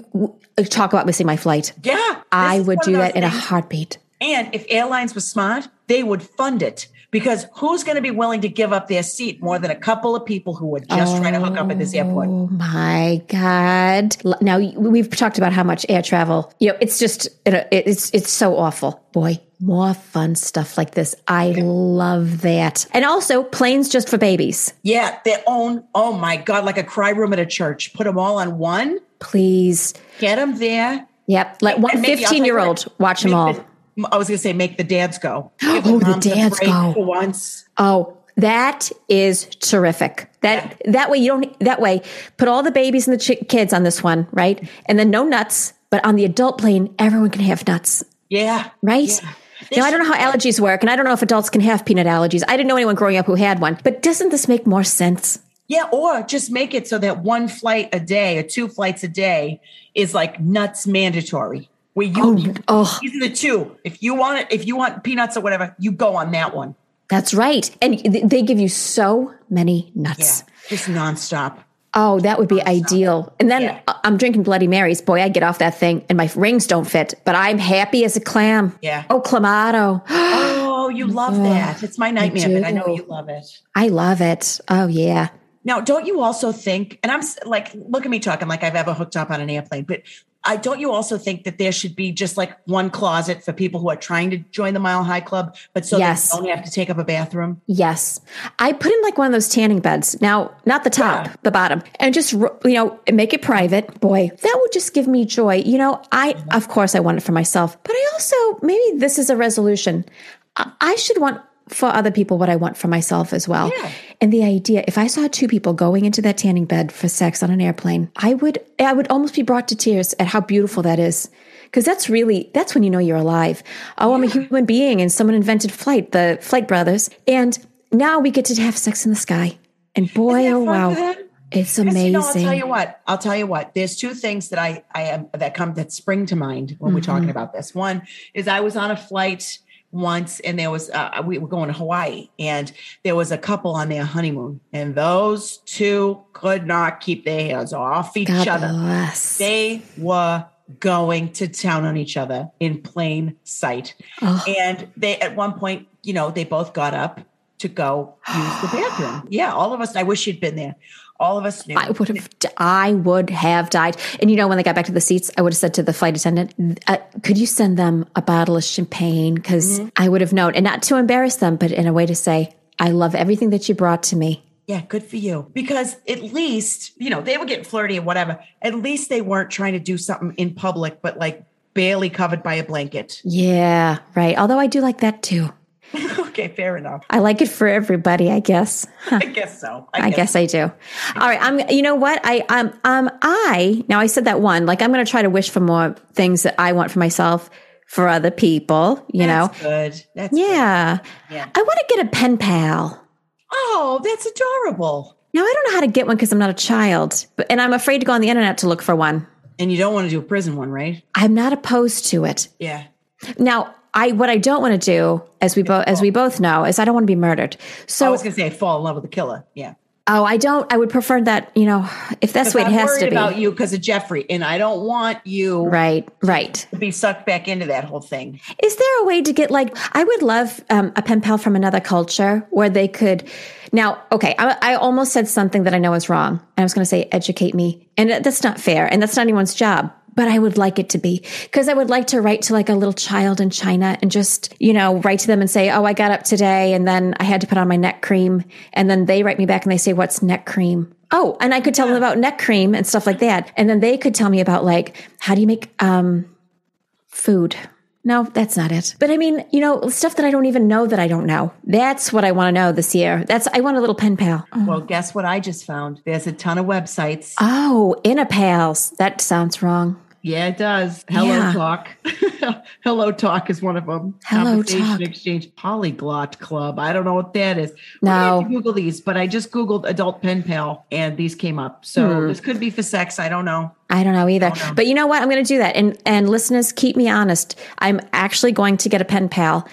[SPEAKER 3] talk about missing my flight.
[SPEAKER 2] Yeah. This
[SPEAKER 3] I
[SPEAKER 2] is
[SPEAKER 3] would
[SPEAKER 2] one of
[SPEAKER 3] do
[SPEAKER 2] those
[SPEAKER 3] that in a
[SPEAKER 2] things-
[SPEAKER 3] heartbeat.
[SPEAKER 2] And if airlines were smart, they would fund it because who's going to be willing to give up their seat more than a couple of people who are just trying to hook up at this airport?
[SPEAKER 3] Oh my god! L- Now y- we've talked about how much air travel. You know, it's just it, it's it's so awful. Boy, more fun stuff like this. I love that. And also planes just for babies.
[SPEAKER 2] Yeah, their own. Oh my God, like a cry room at a church. Put them all on one.
[SPEAKER 3] Please.
[SPEAKER 2] Get them there.
[SPEAKER 3] Yep. Let one
[SPEAKER 2] And maybe I'll
[SPEAKER 3] 15 year old
[SPEAKER 2] take her-
[SPEAKER 3] watch them
[SPEAKER 2] make
[SPEAKER 3] all.
[SPEAKER 2] the- I was going to say make the dads go. Give
[SPEAKER 3] Oh, the
[SPEAKER 2] moms a
[SPEAKER 3] dads
[SPEAKER 2] break
[SPEAKER 3] go.
[SPEAKER 2] for once.
[SPEAKER 3] Oh, that is terrific. That that way you don't that way put all the babies and the chi- kids on this one, right? And then no nuts, but on the adult plane everyone can have nuts,
[SPEAKER 2] Yeah.
[SPEAKER 3] right?
[SPEAKER 2] Yeah.
[SPEAKER 3] Now, I don't know how allergies work, and I don't know if adults can have peanut allergies. I didn't know anyone growing up who had one, but doesn't this make more sense?
[SPEAKER 2] Yeah, or just make it so that one flight a day or two flights a day is like nuts mandatory. Where you
[SPEAKER 3] Oh, oh.
[SPEAKER 2] these are the two. If you want it, if you want peanuts or whatever, you go on that one.
[SPEAKER 3] That's right. And th- they give you so many
[SPEAKER 2] Yeah.
[SPEAKER 3] nuts.
[SPEAKER 2] Just nonstop.
[SPEAKER 3] Oh, that would be ideal. And then
[SPEAKER 2] Yeah.
[SPEAKER 3] uh, I'm drinking Bloody Marys. Boy, I get off that thing and my rings don't fit, but I'm happy as a clam.
[SPEAKER 2] Yeah.
[SPEAKER 3] Oh, clamato.
[SPEAKER 2] Oh, you love that. It's my nightmare, but I know
[SPEAKER 3] do.
[SPEAKER 2] you love it.
[SPEAKER 3] I love it. Oh, yeah.
[SPEAKER 2] Now, don't you also think, and I'm s- like, look at me talking like I've ever hooked up on an airplane, but I don't you also think that there should be just like one closet for people who are trying to join the Mile High Club, but so
[SPEAKER 3] Yes.
[SPEAKER 2] they only have to take up a bathroom?
[SPEAKER 3] Yes. I put in like one of those tanning beds. Now, not the top,
[SPEAKER 2] Yeah.
[SPEAKER 3] the bottom. And just, ro- you know, make it private. Boy, that would just give me joy. You know, I,
[SPEAKER 2] Mm-hmm.
[SPEAKER 3] of course, I want it for myself, but I also, maybe this is a resolution. I, I should want for other people what I want for myself as well.
[SPEAKER 2] Yeah.
[SPEAKER 3] And the idea, if I saw two people going into that tanning bed for sex on an airplane, I would, I would almost be brought to tears at how beautiful that is. Because that's really, that's when you know you're alive. Oh, I'm a human being and someone invented flight, the Flight Brothers. And now we get to have sex in the sky. And boy,
[SPEAKER 2] Isn't that
[SPEAKER 3] oh
[SPEAKER 2] fun
[SPEAKER 3] wow.
[SPEAKER 2] for them? Yes,
[SPEAKER 3] It's amazing.
[SPEAKER 2] You know, I'll tell you what. I'll tell you what. There's two things that I I am that come that spring to mind when we're talking about this. One is I was on a flight once and there was uh, we were going to Hawaii and there was a couple on their honeymoon and those two could not keep their hands off each
[SPEAKER 3] God
[SPEAKER 2] other.
[SPEAKER 3] bless.
[SPEAKER 2] They were going to town on each other in plain sight.
[SPEAKER 3] Oh.
[SPEAKER 2] And they, at one point, you know, they both got up to go use the bathroom. Yeah, all of us. I wish you'd been there. All of us knew.
[SPEAKER 3] I would have, I would have died. And you know, when they got back to the seats, I would have said to the flight attendant, uh, "Could you send them a bottle of champagne?" Because I would have known, and not to embarrass them, but in a way to say, "I love everything that you brought to me."
[SPEAKER 2] yeah, good for you. Because at least, you know, they were getting flirty and whatever. At least they weren't trying to do something in public, but like barely covered by a blanket.
[SPEAKER 3] Yeah, right. Although I do like that too.
[SPEAKER 2] okay, fair enough.
[SPEAKER 3] I like it for everybody, I guess.
[SPEAKER 2] I guess so.
[SPEAKER 3] I guess I do. All right, I'm. You know what? I um um I now I said that one. Like I'm going to try to wish for more things that I want for myself for other people. You know.
[SPEAKER 2] That's good. That's
[SPEAKER 3] Yeah.
[SPEAKER 2] Yeah.
[SPEAKER 3] I want to get a pen pal.
[SPEAKER 2] Oh, that's adorable.
[SPEAKER 3] Now I don't know how to get one because I'm not a child, but, and I'm afraid to go on the internet to look for one.
[SPEAKER 2] And you don't want to do a prison one, right?
[SPEAKER 3] I'm not opposed to it.
[SPEAKER 2] Yeah.
[SPEAKER 3] Now, I what I don't want to do, as we both as we both know, is I don't want to be murdered.
[SPEAKER 2] I
[SPEAKER 3] So,
[SPEAKER 2] was gonna say fall in love with the killer. Yeah.
[SPEAKER 3] oh, I don't. I would prefer that. You know, if that's what it
[SPEAKER 2] I'm
[SPEAKER 3] has
[SPEAKER 2] worried
[SPEAKER 3] to be.
[SPEAKER 2] about you because of Jeffrey, and I don't want you
[SPEAKER 3] Right, right.
[SPEAKER 2] to be sucked back into that whole thing.
[SPEAKER 3] Is there a way to get like I would love um, a pen pal from another culture where they could now? Okay, I, I almost said something that I know is wrong, and I was going to say educate me, and that's not fair, and that's not anyone's job. But I would like it to be because I would like to write to like a little child in China and just you know write to them and say, oh, I got up today, and then I had to put on my neck cream, and then they write me back and they say, what's neck cream? Oh, and I could tell them about neck cream and stuff like that, and then they could tell me about like how do you make um food. No, that's not it. But I mean, you know, stuff that I don't even know that I don't know. That's what I want to know this year. That's I want a little pen pal.
[SPEAKER 2] Well, guess what I just found? There's a ton of websites.
[SPEAKER 3] Oh, in a pals. That sounds wrong.
[SPEAKER 2] yeah, it does. Hello
[SPEAKER 3] Yeah.
[SPEAKER 2] Talk. Hello Talk is one of them.
[SPEAKER 3] Hello
[SPEAKER 2] Conversation
[SPEAKER 3] Talk.
[SPEAKER 2] Exchange Polyglot Club. I don't know what that is. We're gonna
[SPEAKER 3] No.
[SPEAKER 2] have to Google these, but I just Googled adult pen pal and these came up. So
[SPEAKER 3] Hmm.
[SPEAKER 2] this could be for sex. I don't know.
[SPEAKER 3] I don't know
[SPEAKER 2] Oh,
[SPEAKER 3] either. But you know what? I'm going to do that. And and listeners, keep me honest. I'm actually going to get a pen pal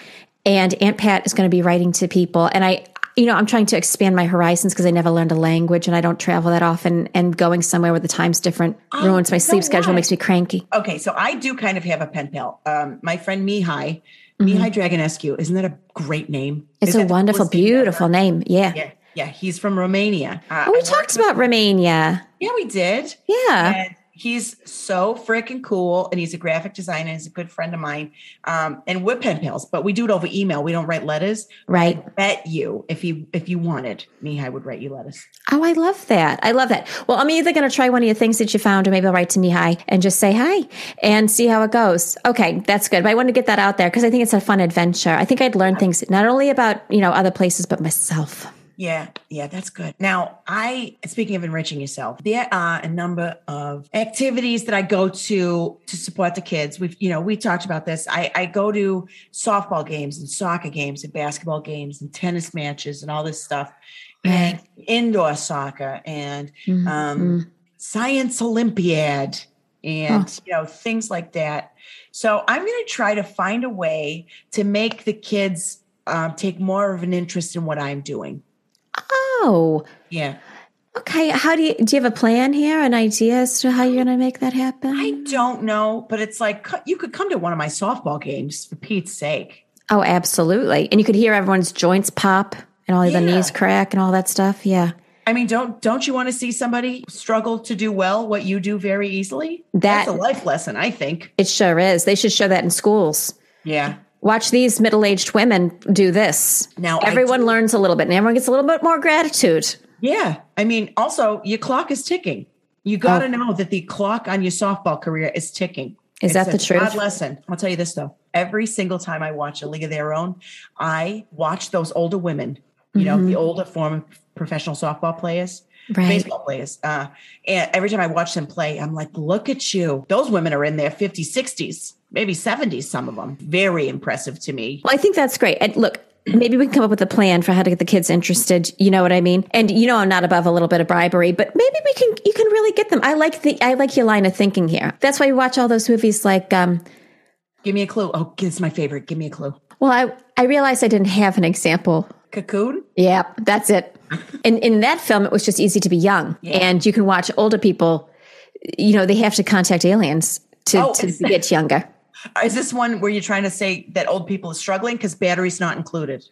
[SPEAKER 3] and Aunt Pat is going to be writing to people and I you know, I'm trying to expand my horizons because I never learned a language and I don't travel that often and going somewhere where the time's different ruins
[SPEAKER 2] Oh,
[SPEAKER 3] my
[SPEAKER 2] you
[SPEAKER 3] sleep
[SPEAKER 2] know
[SPEAKER 3] schedule,
[SPEAKER 2] what?
[SPEAKER 3] makes me cranky.
[SPEAKER 2] okay, so I do kind of have a pen pal. Um, my friend Mihai, Mihai Dragonescu, isn't that a great name?
[SPEAKER 3] Mm-hmm. It's
[SPEAKER 2] Isn't
[SPEAKER 3] a
[SPEAKER 2] that the
[SPEAKER 3] wonderful,
[SPEAKER 2] coolest name ever?
[SPEAKER 3] beautiful name. Yeah.
[SPEAKER 2] Yeah, yeah, he's from Romania. Uh,
[SPEAKER 3] Oh, we
[SPEAKER 2] I worked
[SPEAKER 3] talked
[SPEAKER 2] with-
[SPEAKER 3] about Romania.
[SPEAKER 2] Yeah, we did.
[SPEAKER 3] Yeah.
[SPEAKER 2] And he's so freaking cool, and he's a graphic designer. He's a good friend of mine, um, and we're pen pals, but we do it over email. We don't write letters.
[SPEAKER 3] Right.
[SPEAKER 2] Bet you, if you if you wanted, Mihai would write you letters.
[SPEAKER 3] Oh, I love that. I love that. Well, I'm either going to try one of your things that you found, or maybe I'll write to Nihai and just say hi and see how it goes. Okay, that's good. But I wanted to get that out there because I think it's a fun adventure. I think I'd learn things not only about you know other places but myself.
[SPEAKER 2] Yeah, yeah, that's good. Now, I speaking of enriching yourself, there are a number of activities that I go to to support the kids. We've, you know, we talked about this. I, I go to softball games and soccer games and basketball games and tennis matches and all this stuff, and indoor soccer and
[SPEAKER 3] Mm-hmm.
[SPEAKER 2] um, science Olympiad and you know things like that. So I'm going to try to find a way to make the kids um, take more of an interest in what I'm doing.
[SPEAKER 3] Oh,
[SPEAKER 2] Yeah.
[SPEAKER 3] okay. How do you do? You have a plan here, an idea as to how you're going to make that happen?
[SPEAKER 2] I don't know, but it's like co- you could come to one of my softball games for Pete's sake.
[SPEAKER 3] oh, absolutely. And you could hear everyone's joints pop and all the
[SPEAKER 2] Yeah.
[SPEAKER 3] knees crack and all that stuff. Yeah,
[SPEAKER 2] I mean, don't don't you want to see somebody struggle to do well what you do very easily? That's
[SPEAKER 3] That-
[SPEAKER 2] a life lesson, I think.
[SPEAKER 3] it sure is. They should show that in schools.
[SPEAKER 2] Yeah.
[SPEAKER 3] Watch these middle-aged women do this.
[SPEAKER 2] Now, I
[SPEAKER 3] everyone
[SPEAKER 2] do-
[SPEAKER 3] learns a little bit, and everyone gets a little bit more gratitude.
[SPEAKER 2] Yeah. I mean, also your clock is ticking. You got
[SPEAKER 3] Oh.
[SPEAKER 2] to know that the clock on your softball career is ticking.
[SPEAKER 3] Is that the
[SPEAKER 2] a God
[SPEAKER 3] truth?
[SPEAKER 2] lesson. I'll tell you this though. Every single time I watch A League of Their Own, I watch those older women, you know, the older former professional softball players.
[SPEAKER 3] Mm-hmm. Right.
[SPEAKER 2] baseball players. Uh, and every time I watch them play, I'm like, look at you. Those women are in their 50s, 60s, maybe 70s, some of them. Very impressive to me.
[SPEAKER 3] Well, I think that's great. And look, maybe we can come up with a plan for how to get the kids interested. You know what I mean? And you know, I'm not above a little bit of bribery, but maybe we can. You can really get them. I like the. I like your line of thinking here. That's why we watch all those movies. Like, um,
[SPEAKER 2] Give me a clue. Oh, it's my favorite. Give me a clue.
[SPEAKER 3] well, I I realized I didn't have an example.
[SPEAKER 2] Cocoon?
[SPEAKER 3] Yeah, that's it. And in that film, it was just easy to be young, and you can watch older people. You know, they have to contact aliens to
[SPEAKER 2] Oh,
[SPEAKER 3] to
[SPEAKER 2] is-
[SPEAKER 3] get younger.
[SPEAKER 2] Is this one where you're trying to say that old people are struggling because battery's not included?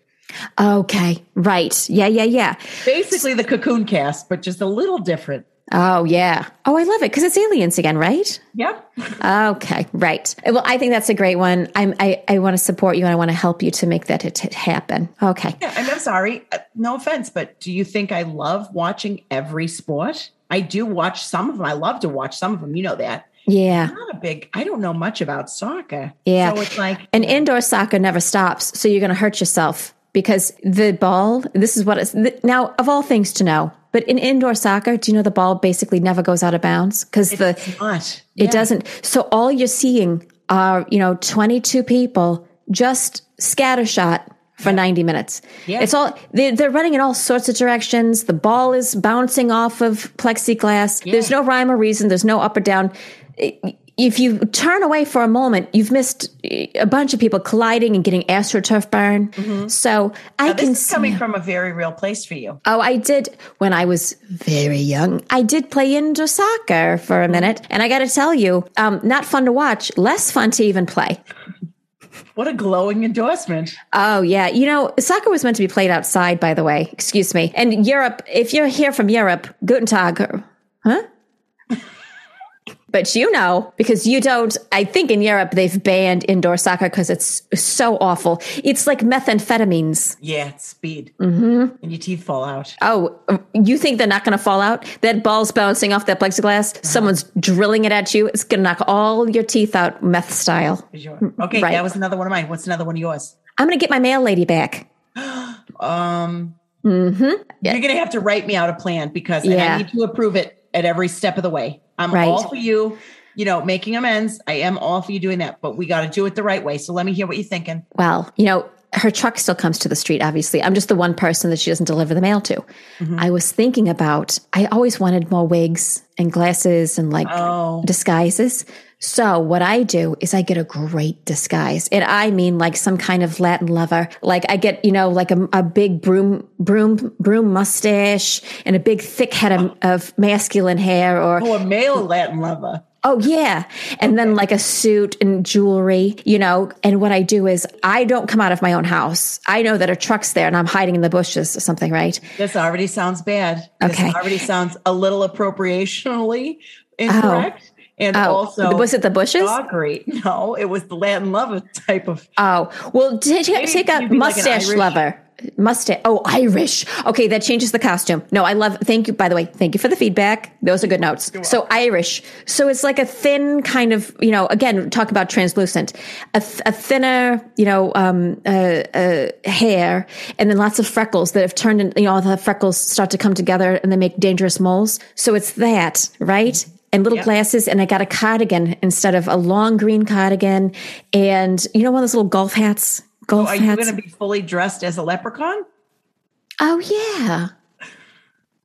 [SPEAKER 3] Okay, right? Yeah, yeah, yeah.
[SPEAKER 2] Basically, the cocoon cast, but just a little different.
[SPEAKER 3] Oh, yeah. Oh, I love it because it's aliens again, right?
[SPEAKER 2] Yep.
[SPEAKER 3] Okay, right. Well, I think that's a great one. I'm, I, I want to support you and I want to help you to make that it, it happen. Okay.
[SPEAKER 2] Yeah, and I'm sorry. Uh, No offense, but do you think I love watching every sport? I do watch some of them. I love to watch some of them. You know that.
[SPEAKER 3] Yeah.
[SPEAKER 2] not a big I don't know much about soccer.
[SPEAKER 3] Yeah.
[SPEAKER 2] So it's like
[SPEAKER 3] And indoor soccer never stops. So you're going to hurt yourself because the ball, this is what it's th- now, of all things to know, but in indoor soccer, do you know the ball basically never goes out of bounds? Because the,
[SPEAKER 2] it's not.
[SPEAKER 3] it doesn't. So all you're seeing are, you know, 22 people just scattershot for 90 minutes.
[SPEAKER 2] Yeah.
[SPEAKER 3] It's all, they're, they're running in all sorts of directions. The ball is bouncing off of plexiglass. There's no rhyme or reason. There's no up or down. I- If you turn away for a moment, you've missed eh, a bunch of people colliding and getting astroturf burn. So I
[SPEAKER 2] Mm-hmm. This
[SPEAKER 3] can
[SPEAKER 2] is
[SPEAKER 3] see.
[SPEAKER 2] coming from a very real place for you.
[SPEAKER 3] Oh, I did when I was very young. I did play indoor soccer for a minute, and I got to tell you, um, not fun to watch, less fun to even play.
[SPEAKER 2] What a glowing endorsement.
[SPEAKER 3] Oh yeah, you know, soccer was meant to be played outside, by the way. Excuse me. And Europe, if you're here from Europe, guten tag, huh? But you know, because you don't, I think in Europe they've banned indoor soccer because it's so awful. It's like methamphetamines.
[SPEAKER 2] Yeah, it's speed.
[SPEAKER 3] Mm-hmm.
[SPEAKER 2] And your teeth fall out.
[SPEAKER 3] Oh, you think they're not going to fall out? That ball's bouncing off that plexiglass. Someone's drilling it at you. It's going to knock all your teeth out, meth style.
[SPEAKER 2] for Sure. Okay,
[SPEAKER 3] Right.
[SPEAKER 2] that was another one of mine. What's another one of yours?
[SPEAKER 3] I'm going to get my mail lady back.
[SPEAKER 2] Um You're gonna have to write me out a plan because and
[SPEAKER 3] Mm-hmm. Yeah.
[SPEAKER 2] I need to approve it at every step of the way. I'm
[SPEAKER 3] Right.
[SPEAKER 2] all for you, you know, making amends. I am all for you doing that, but we gotta do it the right way. So let me hear what you're thinking.
[SPEAKER 3] Well, you know, her truck still comes to the street, obviously. I'm just the one person that she doesn't deliver the mail to. I was thinking about, I always wanted more wigs and glasses and like
[SPEAKER 2] Oh.
[SPEAKER 3] disguises. So what I do is I get a great disguise. And I mean like some kind of Latin lover. Like I get, you know, like a, a big broom, broom, broom mustache and a big thick head of, of masculine hair or
[SPEAKER 2] Oh, a male Latin lover.
[SPEAKER 3] Oh yeah. And then like a suit and jewelry, you know. And what I do is I don't come out of my own house. I know that a truck's there and I'm hiding in the bushes or something, right?
[SPEAKER 2] This already sounds bad. This
[SPEAKER 3] Okay.
[SPEAKER 2] already sounds a little appropriationally incorrect. And
[SPEAKER 3] Oh,
[SPEAKER 2] also,
[SPEAKER 3] was it the bushes?
[SPEAKER 2] doggery? No, it was the Latin lover type of.
[SPEAKER 3] Oh, well, t- t-
[SPEAKER 2] Maybe
[SPEAKER 3] take
[SPEAKER 2] you'd
[SPEAKER 3] a
[SPEAKER 2] be like an
[SPEAKER 3] mustache
[SPEAKER 2] Irish-
[SPEAKER 3] lover. Mustang. Oh, Irish. Okay, that changes the costume. No, I love. Thank you. By the way, thank you for the feedback. Those are good notes. So Irish. So it's like a thin kind of you know. Again, talk about translucent. A, th- a thinner you know um, uh, uh, hair, and then lots of freckles that have turned. In, you know, all the freckles start to come together, and they make dangerous moles. So it's that, right? and little glasses and I got a cardigan instead of a long green cardigan and you know one of those little golf hats golf
[SPEAKER 2] Are you
[SPEAKER 3] hats
[SPEAKER 2] going to be fully dressed as a leprechaun?
[SPEAKER 3] oh yeah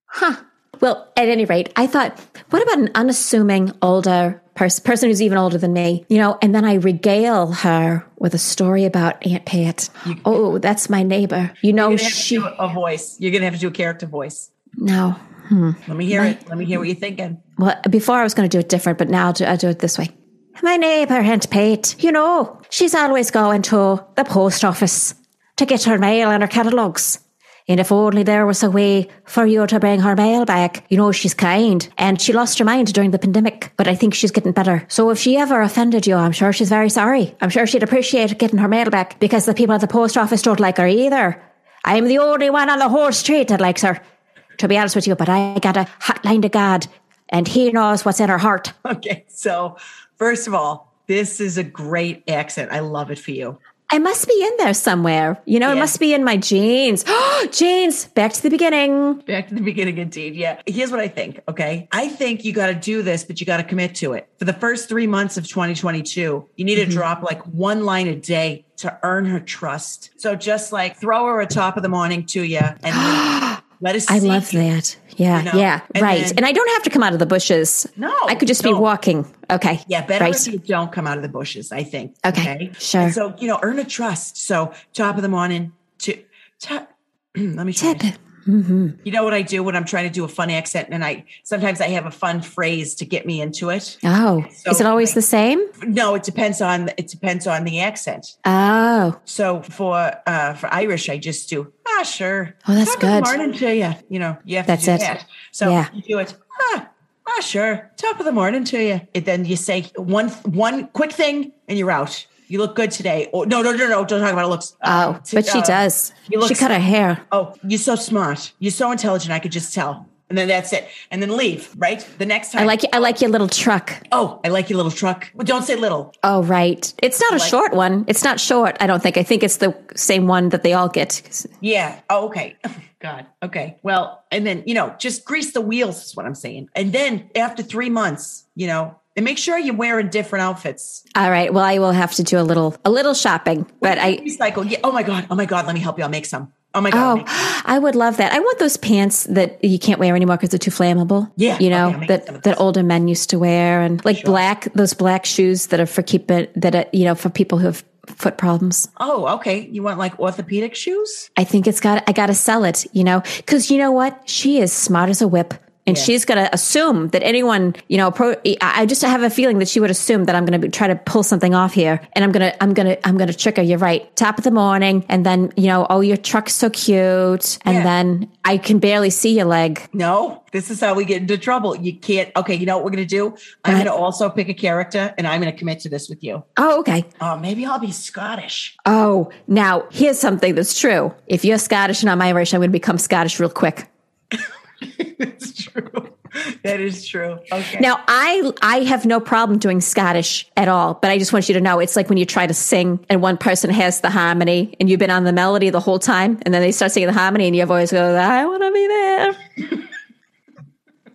[SPEAKER 3] huh well at any rate I thought what about an unassuming older person person who's even older than me you know and then I regale her with a story about Aunt Pat oh that's my neighbor you know
[SPEAKER 2] You're gonna have to
[SPEAKER 3] she
[SPEAKER 2] do a voice. You're going to have to do a character voice.
[SPEAKER 3] no
[SPEAKER 2] Let me hear it. Let me hear what you're thinking.
[SPEAKER 3] Well, before I was going to do it different, but now I'll do, I'll do it this way. My neighbour, Aunt Pate, you know, she's always going to the post office to get her mail and her catalogues. And if only there was a way for you to bring her mail back. You know, she's kind and she lost her mind during the pandemic, but I think she's getting better. So if she ever offended you, I'm sure she's very sorry. I'm sure she'd appreciate getting her mail back because the people at the post office don't like her either. I'm the only one on the whole street that likes her, to be honest with you, but I got a hotline to God and he knows what's in her heart.
[SPEAKER 2] Okay. So, first of all, this is a great accent. I love it for you.
[SPEAKER 3] I must be in there somewhere. You know, it
[SPEAKER 2] Yeah.
[SPEAKER 3] must be in my jeans. jeans! Back to the beginning.
[SPEAKER 2] Back to the beginning, indeed. Yeah. Here's what I think. Okay. I think you got to do this, but you got to commit to it. For the first three months of 2022, you
[SPEAKER 3] Mm-hmm.
[SPEAKER 2] need to drop like one line a day to earn her trust. So just like throw her a top of the morning to you and let us
[SPEAKER 3] I
[SPEAKER 2] see
[SPEAKER 3] love
[SPEAKER 2] you.
[SPEAKER 3] that. Yeah,
[SPEAKER 2] know,
[SPEAKER 3] yeah,
[SPEAKER 2] and
[SPEAKER 3] right.
[SPEAKER 2] then-
[SPEAKER 3] and I don't have to come out of the bushes.
[SPEAKER 2] No,
[SPEAKER 3] I could just be
[SPEAKER 2] don't.
[SPEAKER 3] walking. Okay.
[SPEAKER 2] Yeah, better
[SPEAKER 3] Right.
[SPEAKER 2] if you don't come out of the bushes, I think.
[SPEAKER 3] Okay, sure.
[SPEAKER 2] And so, you know, earn a trust. So, top of the morning to top. let me try.
[SPEAKER 3] Tip.
[SPEAKER 2] You know what I do when I'm trying to do a fun accent and I sometimes I have a fun phrase to get me into it.
[SPEAKER 3] Oh,
[SPEAKER 2] So
[SPEAKER 3] is it always
[SPEAKER 2] like-
[SPEAKER 3] the same?
[SPEAKER 2] No, it depends on it depends on the accent.
[SPEAKER 3] Oh,
[SPEAKER 2] So for uh for Irish I just do ah sure.
[SPEAKER 3] Oh, that's
[SPEAKER 2] top of the
[SPEAKER 3] good.
[SPEAKER 2] morning to you. You know, you have
[SPEAKER 3] That's
[SPEAKER 2] to do
[SPEAKER 3] it.
[SPEAKER 2] that. So
[SPEAKER 3] Yeah.
[SPEAKER 2] you do it ah ah sure. Top of the morning to you. And then you say one one quick thing and you're out. You look good today. Oh no no no no! Don't talk about it. Looks.
[SPEAKER 3] oh,
[SPEAKER 2] t-
[SPEAKER 3] but she
[SPEAKER 2] uh,
[SPEAKER 3] does.
[SPEAKER 2] you look
[SPEAKER 3] She cut her hair.
[SPEAKER 2] oh, you're so smart. You're so intelligent. I could just tell. And then that's it. And then leave, right? The next time.
[SPEAKER 3] I like. I like your little truck.
[SPEAKER 2] oh, I like your little truck. Well, don't say little.
[SPEAKER 3] Oh, right. It's not a short one. It's not short. I don't think. I think it's the same one that they all get.
[SPEAKER 2] Yeah. Oh, okay. God. Okay. Well, and then, you know, just grease the wheels is what I'm saying. And then after three months, you know, and make sure you're wearing different outfits.
[SPEAKER 3] All right. Well, I will have to do a little a little shopping, but I
[SPEAKER 2] recycle. Yeah. Oh my God. Oh my God. Let me help you. I'll make some. Oh my God. I'll
[SPEAKER 3] Oh,
[SPEAKER 2] make-
[SPEAKER 3] I would love that. I want those pants that you can't wear anymore because they're too flammable.
[SPEAKER 2] Yeah, okay,
[SPEAKER 3] you know
[SPEAKER 2] I'll make some
[SPEAKER 3] that
[SPEAKER 2] of
[SPEAKER 3] that
[SPEAKER 2] those.
[SPEAKER 3] older men used to wear, and like black those black shoes that are for keeping that are, you know for people who have foot problems.
[SPEAKER 2] Oh, okay. You want like orthopedic shoes?
[SPEAKER 3] I think it's got I got to sell it, you know, because you know what? She is smart as a whip. And
[SPEAKER 2] Yeah.
[SPEAKER 3] she's going to assume that anyone, you know, pro, I I just have a feeling that she would assume that I'm going to try to pull something off here and I'm going to, I'm going to, I'm going to trick her. You're right. Top of the morning. And then, you know, oh, your truck's so cute. And
[SPEAKER 2] Yeah.
[SPEAKER 3] then I can barely see your leg.
[SPEAKER 2] No, this is how we get into trouble. You can't. Okay. You know what we're going to do? I'm going to also pick a character and I'm going to commit to this with you.
[SPEAKER 3] Oh, okay.
[SPEAKER 2] Oh, maybe I'll be Scottish.
[SPEAKER 3] Oh, now here's something that's true. If you're Scottish and I'm Irish, I'm going to become Scottish real quick.
[SPEAKER 2] It's true. That is true. Okay.
[SPEAKER 3] Now, I I have no problem doing Scottish at all, but I just want you to know it's like when you try to sing and one person has the harmony and you've been on the melody the whole time, and then they start singing the harmony and your voice goes, "I want to be there."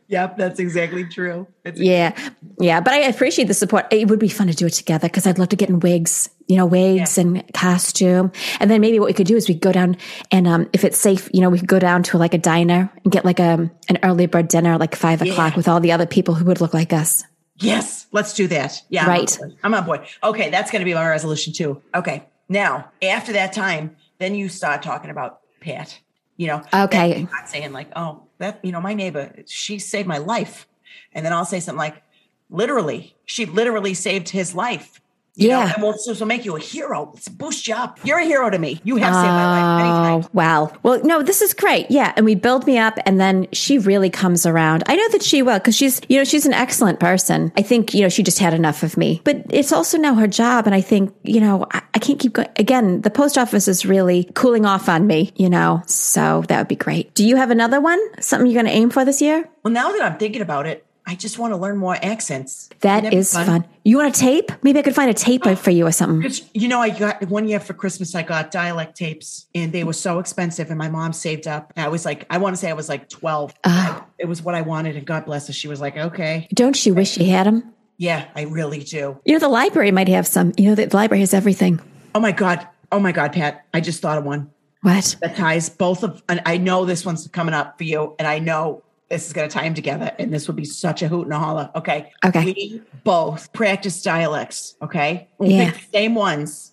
[SPEAKER 2] Yep, that's exactly true. It's
[SPEAKER 3] Yeah, yeah. But I appreciate the support. It would be fun to do it together because I'd love to get in wigs, you know, wigs and costume, and then maybe what we could do is we go down and um, if it's safe, you know, we could go down to like a diner and get like a an early bird dinner like five o'clock with all the other people who would look like us.
[SPEAKER 2] Yes, let's do that. Yeah, I'm
[SPEAKER 3] Right.
[SPEAKER 2] on board. I'm on board. Okay, that's going to be my resolution too. Okay, now after that time, then you start talking about Pat. You know,
[SPEAKER 3] Okay.
[SPEAKER 2] then I'm saying like, oh, that you know, my neighbor, she saved my life, and then I'll say something like, literally, she literally saved his life. You know,
[SPEAKER 3] Yeah.
[SPEAKER 2] and will this will make you a hero. Let's boost you up. You're a hero to me. You have saved my life many times.
[SPEAKER 3] Oh, wow. Well, no, this is great. Yeah. And we build me up and then she really comes around. I know that she will because she's, you know, she's an excellent person. I think, you know, she just had enough of me, but it's also now her job. And I think, you know, I, I can't keep going. Again, the post office is really cooling off on me, you know, so that would be great. Do you have another one? Something you're going to aim for this year?
[SPEAKER 2] Well, now that I'm thinking about it, I just want to learn more accents. Wouldn't
[SPEAKER 3] That
[SPEAKER 2] be
[SPEAKER 3] is fun. You want a tape? Maybe I could find a tape for you or something.
[SPEAKER 2] It's- You know, I got one year for Christmas, I got dialect tapes and they were so expensive. And my mom saved up. And I was like, I want to say I was like 12. I- it was what I wanted. And God bless her. She was like, okay.
[SPEAKER 3] Don't you wish you had them?
[SPEAKER 2] Yeah, I really do.
[SPEAKER 3] You know, the library might have some. You know, the library has everything.
[SPEAKER 2] Oh my God. Oh my God, Pat. I just thought of one
[SPEAKER 3] What?
[SPEAKER 2] that ties both of, and I know this one's coming up for you. And I know this is going to tie them together. And this would be such a hoot and a holler. Okay.
[SPEAKER 3] Okay.
[SPEAKER 2] We both practice dialects. Okay. We'll
[SPEAKER 3] Yeah.
[SPEAKER 2] pick the same ones.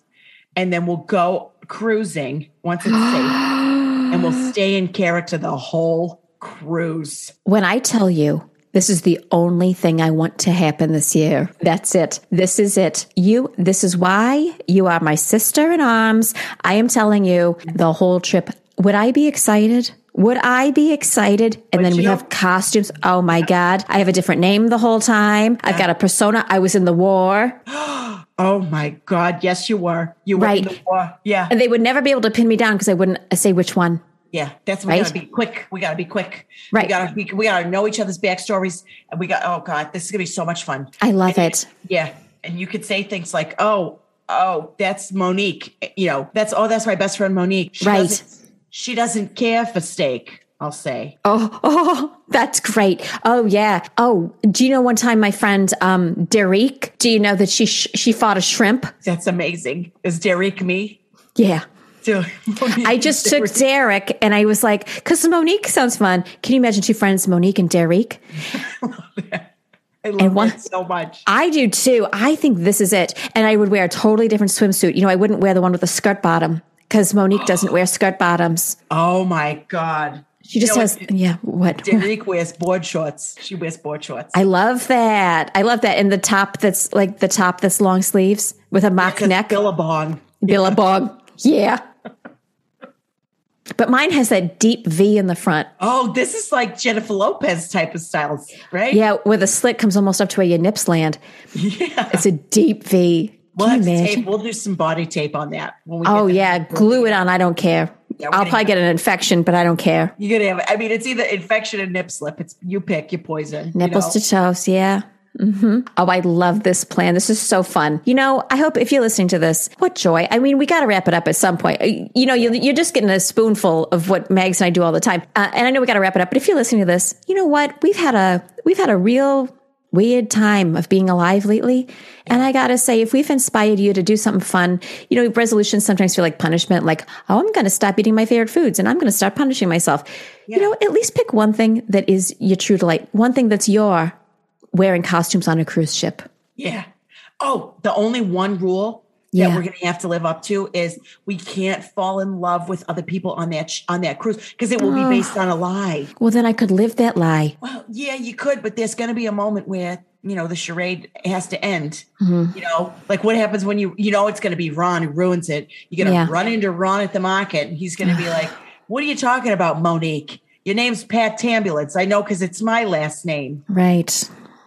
[SPEAKER 2] And then we'll go cruising once it's safe. and we'll stay in character the whole cruise.
[SPEAKER 3] When I tell you this is the only thing I want to happen this year, that's it. This is it. You, this is why you are my sister in arms. I am telling you the whole trip. Would I be excited? Would I be excited? And then
[SPEAKER 2] you
[SPEAKER 3] we
[SPEAKER 2] know-
[SPEAKER 3] have costumes. Oh my God. I have a different name the whole time. I've got a persona. I was in the war.
[SPEAKER 2] Oh my God. Yes, you were. You were in
[SPEAKER 3] Right.
[SPEAKER 2] the war. Yeah.
[SPEAKER 3] And they would never be able to pin me down because I wouldn't say which one.
[SPEAKER 2] Yeah. That's we
[SPEAKER 3] Right.
[SPEAKER 2] gotta be quick. We gotta be quick. We
[SPEAKER 3] Right.
[SPEAKER 2] gotta we, we gotta know each other's backstories. And we got oh God, this is gonna be so much fun.
[SPEAKER 3] I love it.
[SPEAKER 2] Yeah. And you could say things like, oh, oh, that's Monique. You know, that's oh, that's my best friend Monique. She
[SPEAKER 3] Right.
[SPEAKER 2] doesn't- she doesn't care for steak, I'll say.
[SPEAKER 3] Oh, oh, that's great. Oh, yeah. Oh, do you know one time my friend, um, Derek, do you know that she, sh- she fought a shrimp?
[SPEAKER 2] That's amazing. Is Derek me?
[SPEAKER 3] Yeah.
[SPEAKER 2] Dude,
[SPEAKER 3] I just took Derek and I was like, cause Monique sounds fun. Can you imagine two friends, Monique and Derek?
[SPEAKER 2] I love
[SPEAKER 3] and one-
[SPEAKER 2] that so much.
[SPEAKER 3] I do too. I think this is it. And I would wear a totally different swimsuit. You know, I wouldn't wear the one with the skirt bottom because Monique doesn't wear skirt bottoms.
[SPEAKER 2] Oh my God.
[SPEAKER 3] She just
[SPEAKER 2] You know
[SPEAKER 3] has,
[SPEAKER 2] what?
[SPEAKER 3] yeah, what?
[SPEAKER 2] Derek wears board shorts. She wears board shorts.
[SPEAKER 3] I love that. I love that. And the top that's like the top that's long sleeves with a mock
[SPEAKER 2] Because
[SPEAKER 3] neck.
[SPEAKER 2] Billabong.
[SPEAKER 3] Billabong. Yeah. But mine has that deep V in the front.
[SPEAKER 2] Oh, this is like Jennifer Lopez type of styles, right?
[SPEAKER 3] Yeah, where the slit comes almost up to where your nips land.
[SPEAKER 2] Yeah.
[SPEAKER 3] It's a deep V.
[SPEAKER 2] We'll, have
[SPEAKER 3] Can you
[SPEAKER 2] to
[SPEAKER 3] imagine?
[SPEAKER 2] tape, we'll do some body tape on that. When we
[SPEAKER 3] Oh,
[SPEAKER 2] get there.
[SPEAKER 3] yeah. Glue it on. I don't care.
[SPEAKER 2] Yeah, we're
[SPEAKER 3] I'll
[SPEAKER 2] gonna
[SPEAKER 3] probably get an infection, but I don't care.
[SPEAKER 2] You're going to have, I mean, it's either infection or nip slip. It's you pick your poison.
[SPEAKER 3] Nipples
[SPEAKER 2] you know?
[SPEAKER 3] to toes. Yeah. hmm Oh, I love this plan. This is so fun. You know, I hope if you're listening to this, what joy. I mean, we got to wrap it up at some point. Uh, You know, you're, you're just getting a spoonful of what Mags and I do all the time. Uh, and I know we got to wrap it up, but if you're listening to this, you know what? We've had a, we've had a real weird time of being alive lately. And I got to say, if we've inspired you to do something fun, you know, resolutions sometimes feel like punishment, like, oh, I'm going to stop eating my favorite foods and I'm going to start punishing myself. You know, at least pick one thing that is your true delight, one thing that's your wearing costumes on a cruise ship.
[SPEAKER 2] Yeah. Oh, the only one rule
[SPEAKER 3] Yeah.
[SPEAKER 2] that we're going to have to live up to is we can't fall in love with other people on that sh- on that cruise because it will be based on a lie.
[SPEAKER 3] Well, then I could live that lie.
[SPEAKER 2] Well, yeah, you could, but there's going to be a moment where you know the charade has to end.
[SPEAKER 3] Mm-hmm.
[SPEAKER 2] You know, like what happens when you you know it's going to be Ron who ruins it. You're going to
[SPEAKER 3] Yeah.
[SPEAKER 2] run into Ron at the market, and he's going to be like, "What are you talking about, Monique? Your name's Pat Tambulance. I know because it's my last name."
[SPEAKER 3] Right.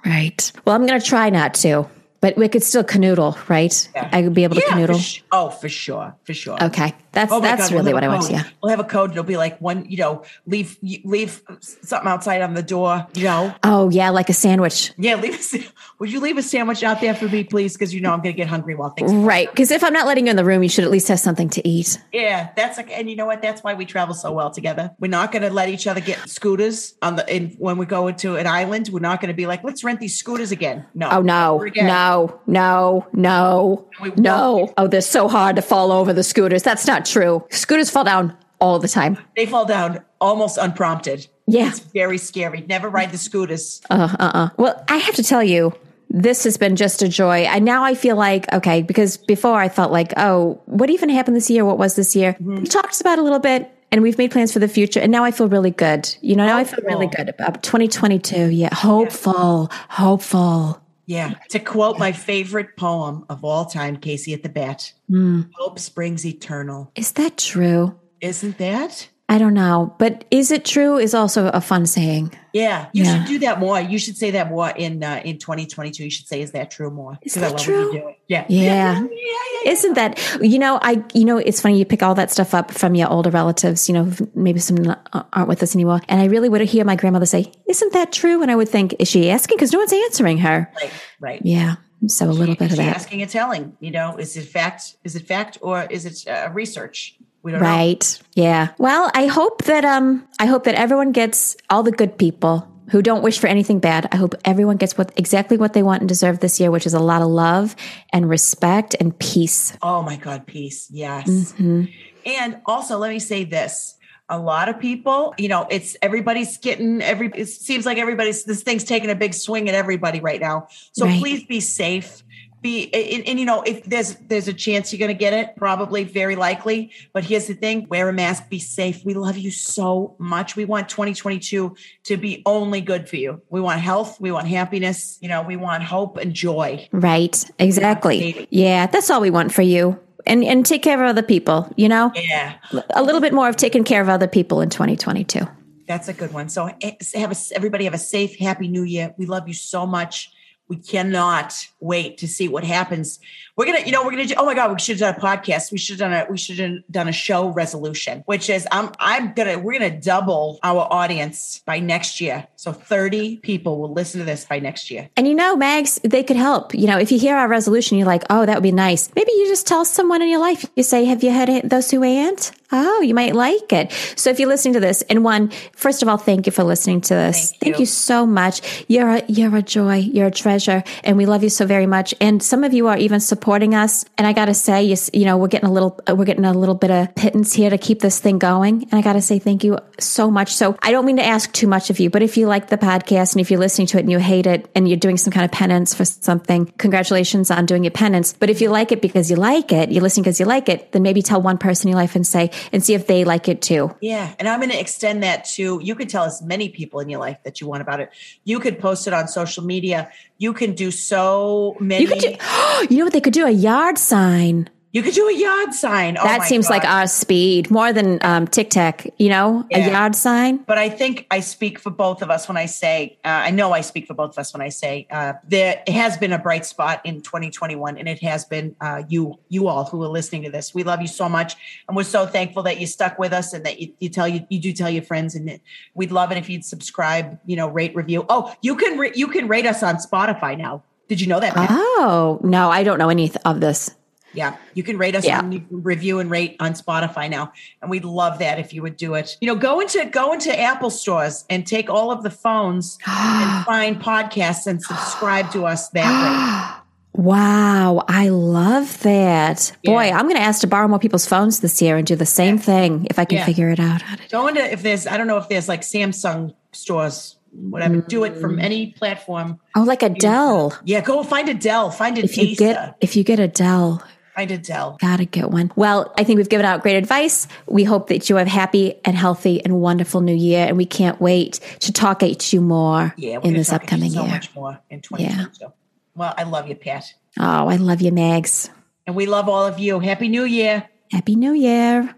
[SPEAKER 3] Right. Well, I'm going to try not to, but we could still canoodle, right? I could be able to
[SPEAKER 2] for
[SPEAKER 3] canoodle.
[SPEAKER 2] su- oh, for sure, for sure.
[SPEAKER 3] Okay. That's
[SPEAKER 2] Oh my
[SPEAKER 3] that's
[SPEAKER 2] God, we'll have
[SPEAKER 3] really what
[SPEAKER 2] a
[SPEAKER 3] I want.
[SPEAKER 2] code.
[SPEAKER 3] Yeah.
[SPEAKER 2] we'll have a code. It'll be like one, you know, leave you- leave something outside on the door. You know,
[SPEAKER 3] Oh, yeah, like a sandwich.
[SPEAKER 2] yeah, leave. A, sa- would you leave a sandwich out there for me, please? Because you know I'm going to get hungry while things.
[SPEAKER 3] Right. Because if I'm not letting you in the room, you should at least have something to eat.
[SPEAKER 2] Yeah, that's like, and you know what? That's why we travel so well together. We're not going to let each other get scooters on the in, when we go into an island. We're not going to be like, let's rent these scooters again. No.
[SPEAKER 3] Oh, no,
[SPEAKER 2] Never again.
[SPEAKER 3] no, no, no,
[SPEAKER 2] We won't.
[SPEAKER 3] no. Oh, they're so hard to fall over the scooters. That's not true. Scooters fall down all the time.
[SPEAKER 2] They fall down almost unprompted.
[SPEAKER 3] Yeah.
[SPEAKER 2] It's very scary. Never ride the scooters.
[SPEAKER 3] Uh-huh. Well, I have to tell you, this has been just a joy. And now I feel like, okay, because before I felt like, oh, what even happened this year? What was this year? We talked about it a little bit and we've made plans for the future. And now I feel really good. You know, now I feel really
[SPEAKER 2] Hopeful.
[SPEAKER 3] good about 2022. Yeah. Hopeful, hopeful.
[SPEAKER 2] Yeah. To quote my favorite poem of all time, Casey at the Bat Hope springs eternal.
[SPEAKER 3] Is that true?
[SPEAKER 2] Isn't that?
[SPEAKER 3] I don't know, but is it true is also a fun saying.
[SPEAKER 2] Yeah, you
[SPEAKER 3] Yeah.
[SPEAKER 2] should do that more. You should say that more in uh, in 2022. You should say, "Is that true?" More
[SPEAKER 3] Is
[SPEAKER 2] 'Cause
[SPEAKER 3] that
[SPEAKER 2] When you
[SPEAKER 3] true?
[SPEAKER 2] do it. Yeah,
[SPEAKER 3] Yeah.
[SPEAKER 2] yeah, yeah, yeah.
[SPEAKER 3] Isn't that you know I you know it's funny you pick all that stuff up from your older relatives you know maybe some uh, aren't with us anymore and I really would hear my grandmother say isn't that true and I would think is she asking because no one's answering her
[SPEAKER 2] Right, right.
[SPEAKER 3] yeah so a little bit
[SPEAKER 2] Is
[SPEAKER 3] of
[SPEAKER 2] she
[SPEAKER 3] that
[SPEAKER 2] asking and telling. You know, is it fact? Is it fact or is it uh, research? We don't know.
[SPEAKER 3] Right. Yeah. Well, I hope that um I hope that everyone gets all the good people who don't wish for anything bad. I hope everyone gets what exactly what they want and deserve this year, which is a lot of love and respect and peace.
[SPEAKER 2] Oh my God, peace. Yes.
[SPEAKER 3] Mm-hmm.
[SPEAKER 2] And also, let me say this. A lot of people, you know, it's everybody's getting every it seems like everybody's this thing's taking a big swing at everybody right now. So
[SPEAKER 3] Right.
[SPEAKER 2] please be safe. Be and, and you know, if there's there's a chance you're gonna get it, probably very likely. But here's the thing: wear a mask, be safe. We love you so much. We want 2022 to be only good for you. We want health, we want happiness, you know, we want hope and joy.
[SPEAKER 3] Right. Exactly. Yeah, that's all we want for you. And and take care of other people, you know?
[SPEAKER 2] Yeah.
[SPEAKER 3] A little bit more of taking care of other people in 2022.
[SPEAKER 2] That's a good one. So eh, have a, everybody have a safe, happy new year. We love you so much. We cannot wait to see what happens. We're gonna, you know, we're gonna do. Oh my God, we should have done a podcast. We should have done a. We should have done a show resolution, which is I'm I'm gonna we're gonna double our audience by next year. So 30 people will listen to this by next year.
[SPEAKER 3] And you know, Mags, they could help. You know, if you hear our resolution, you're like, oh, that would be nice. Maybe you just tell someone in your life, you say, have you had it, those who ain't? Oh, you might like it. So if you're listening to this, and one, first of all, thank you for listening to this. Thank you,
[SPEAKER 2] you.
[SPEAKER 3] so much. You're a, you're a joy. You're a treasure. And we love you so very much. And some of you are even supporting us. And I got to say, you, s- you know, we're getting a little, uh, we're getting a little bit of pittance here to keep this thing going. And I got to say, thank you so much. So I don't mean to ask too much of you, but if you like the podcast and if you're listening to it and you hate it and you're doing some kind of penance for something, congratulations on doing your penance. But if you like it because you like it, you're listening because you like it, then maybe tell one person in your life and say, and see if they like it too.
[SPEAKER 2] Yeah. And I'm going to extend that to you can tell as many people in your life that you want about it. You could post it on social media. You can do so many.
[SPEAKER 3] You could do, you know what they could do? A yard sign.
[SPEAKER 2] You could do a yard sign. Oh
[SPEAKER 3] That
[SPEAKER 2] my
[SPEAKER 3] seems like
[SPEAKER 2] God.
[SPEAKER 3] our speed more than um, Tic Tac, you know,
[SPEAKER 2] Yeah.
[SPEAKER 3] a yard sign.
[SPEAKER 2] But I think I speak for both of us when I say, uh, I know I speak for both of us when I say uh, there has been a bright spot in 2021, and it has been uh, you, you all who are listening to this. We love you so much, and we're so thankful that you stuck with us and that you, you tell you you do tell your friends, and we'd love it if you'd subscribe, you know, rate, review. Oh, you can ra- you can rate us on Spotify now. Did you know that? Matt?
[SPEAKER 3] Oh, no, I don't know any th- of this.
[SPEAKER 2] Yeah, you can rate us
[SPEAKER 3] Yeah.
[SPEAKER 2] and you can review and rate on Spotify now, and we'd love that if you would do it. You know, go into go into Apple stores and take all of the phones and find podcasts and subscribe to us that way.
[SPEAKER 3] Wow, I love that. Boy,
[SPEAKER 2] Yeah.
[SPEAKER 3] I'm going to ask to borrow more people's phones this year and do the same thing if I can
[SPEAKER 2] Yeah.
[SPEAKER 3] figure it out. How to do-
[SPEAKER 2] Go into if there's I don't know if there's like Samsung stores, whatever. Do it from any platform.
[SPEAKER 3] Oh, like Adele.
[SPEAKER 2] Yeah, go find a Dell, find a
[SPEAKER 3] If you
[SPEAKER 2] Tista,
[SPEAKER 3] get if you get Adele,
[SPEAKER 2] find a Dell.
[SPEAKER 3] gotta get one. Well, I think we've given out great advice. We hope that you have happy and healthy and wonderful new year, and we can't wait to talk at you more
[SPEAKER 2] Yeah, we're
[SPEAKER 3] in
[SPEAKER 2] gonna
[SPEAKER 3] this
[SPEAKER 2] talk about
[SPEAKER 3] upcoming
[SPEAKER 2] so
[SPEAKER 3] year.
[SPEAKER 2] much more in 2022. Well, I love you, Pat,
[SPEAKER 3] Oh, I love you, Mags.
[SPEAKER 2] and we love all of you. Happy New Year!
[SPEAKER 3] Happy New Year.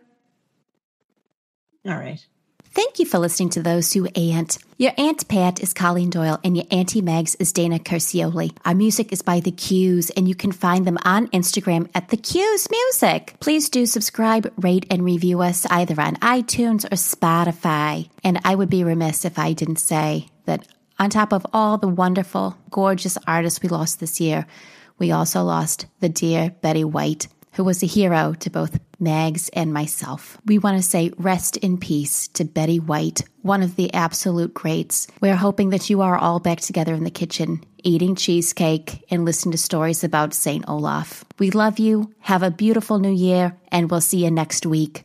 [SPEAKER 2] All right.
[SPEAKER 3] Thank you for listening to Those Who Aunt. Your Aunt Pat is Colleen Doyle and your Auntie Mags is Dana Curcioli. Our music is by The Q's and you can find them on Instagram at The Q's Music. Please do subscribe, rate, and review us either on iTunes or Spotify. And I would be remiss if I didn't say that on top of all the wonderful, gorgeous artists we lost this year, we also lost the dear Betty White, who was a hero to both Mags and myself. We want to say rest in peace to Betty White, one of the absolute greats. We're hoping that you are all back together in the kitchen, eating cheesecake and listening to stories about St. Olaf. We love you. Have a beautiful new year, and we'll see you next week.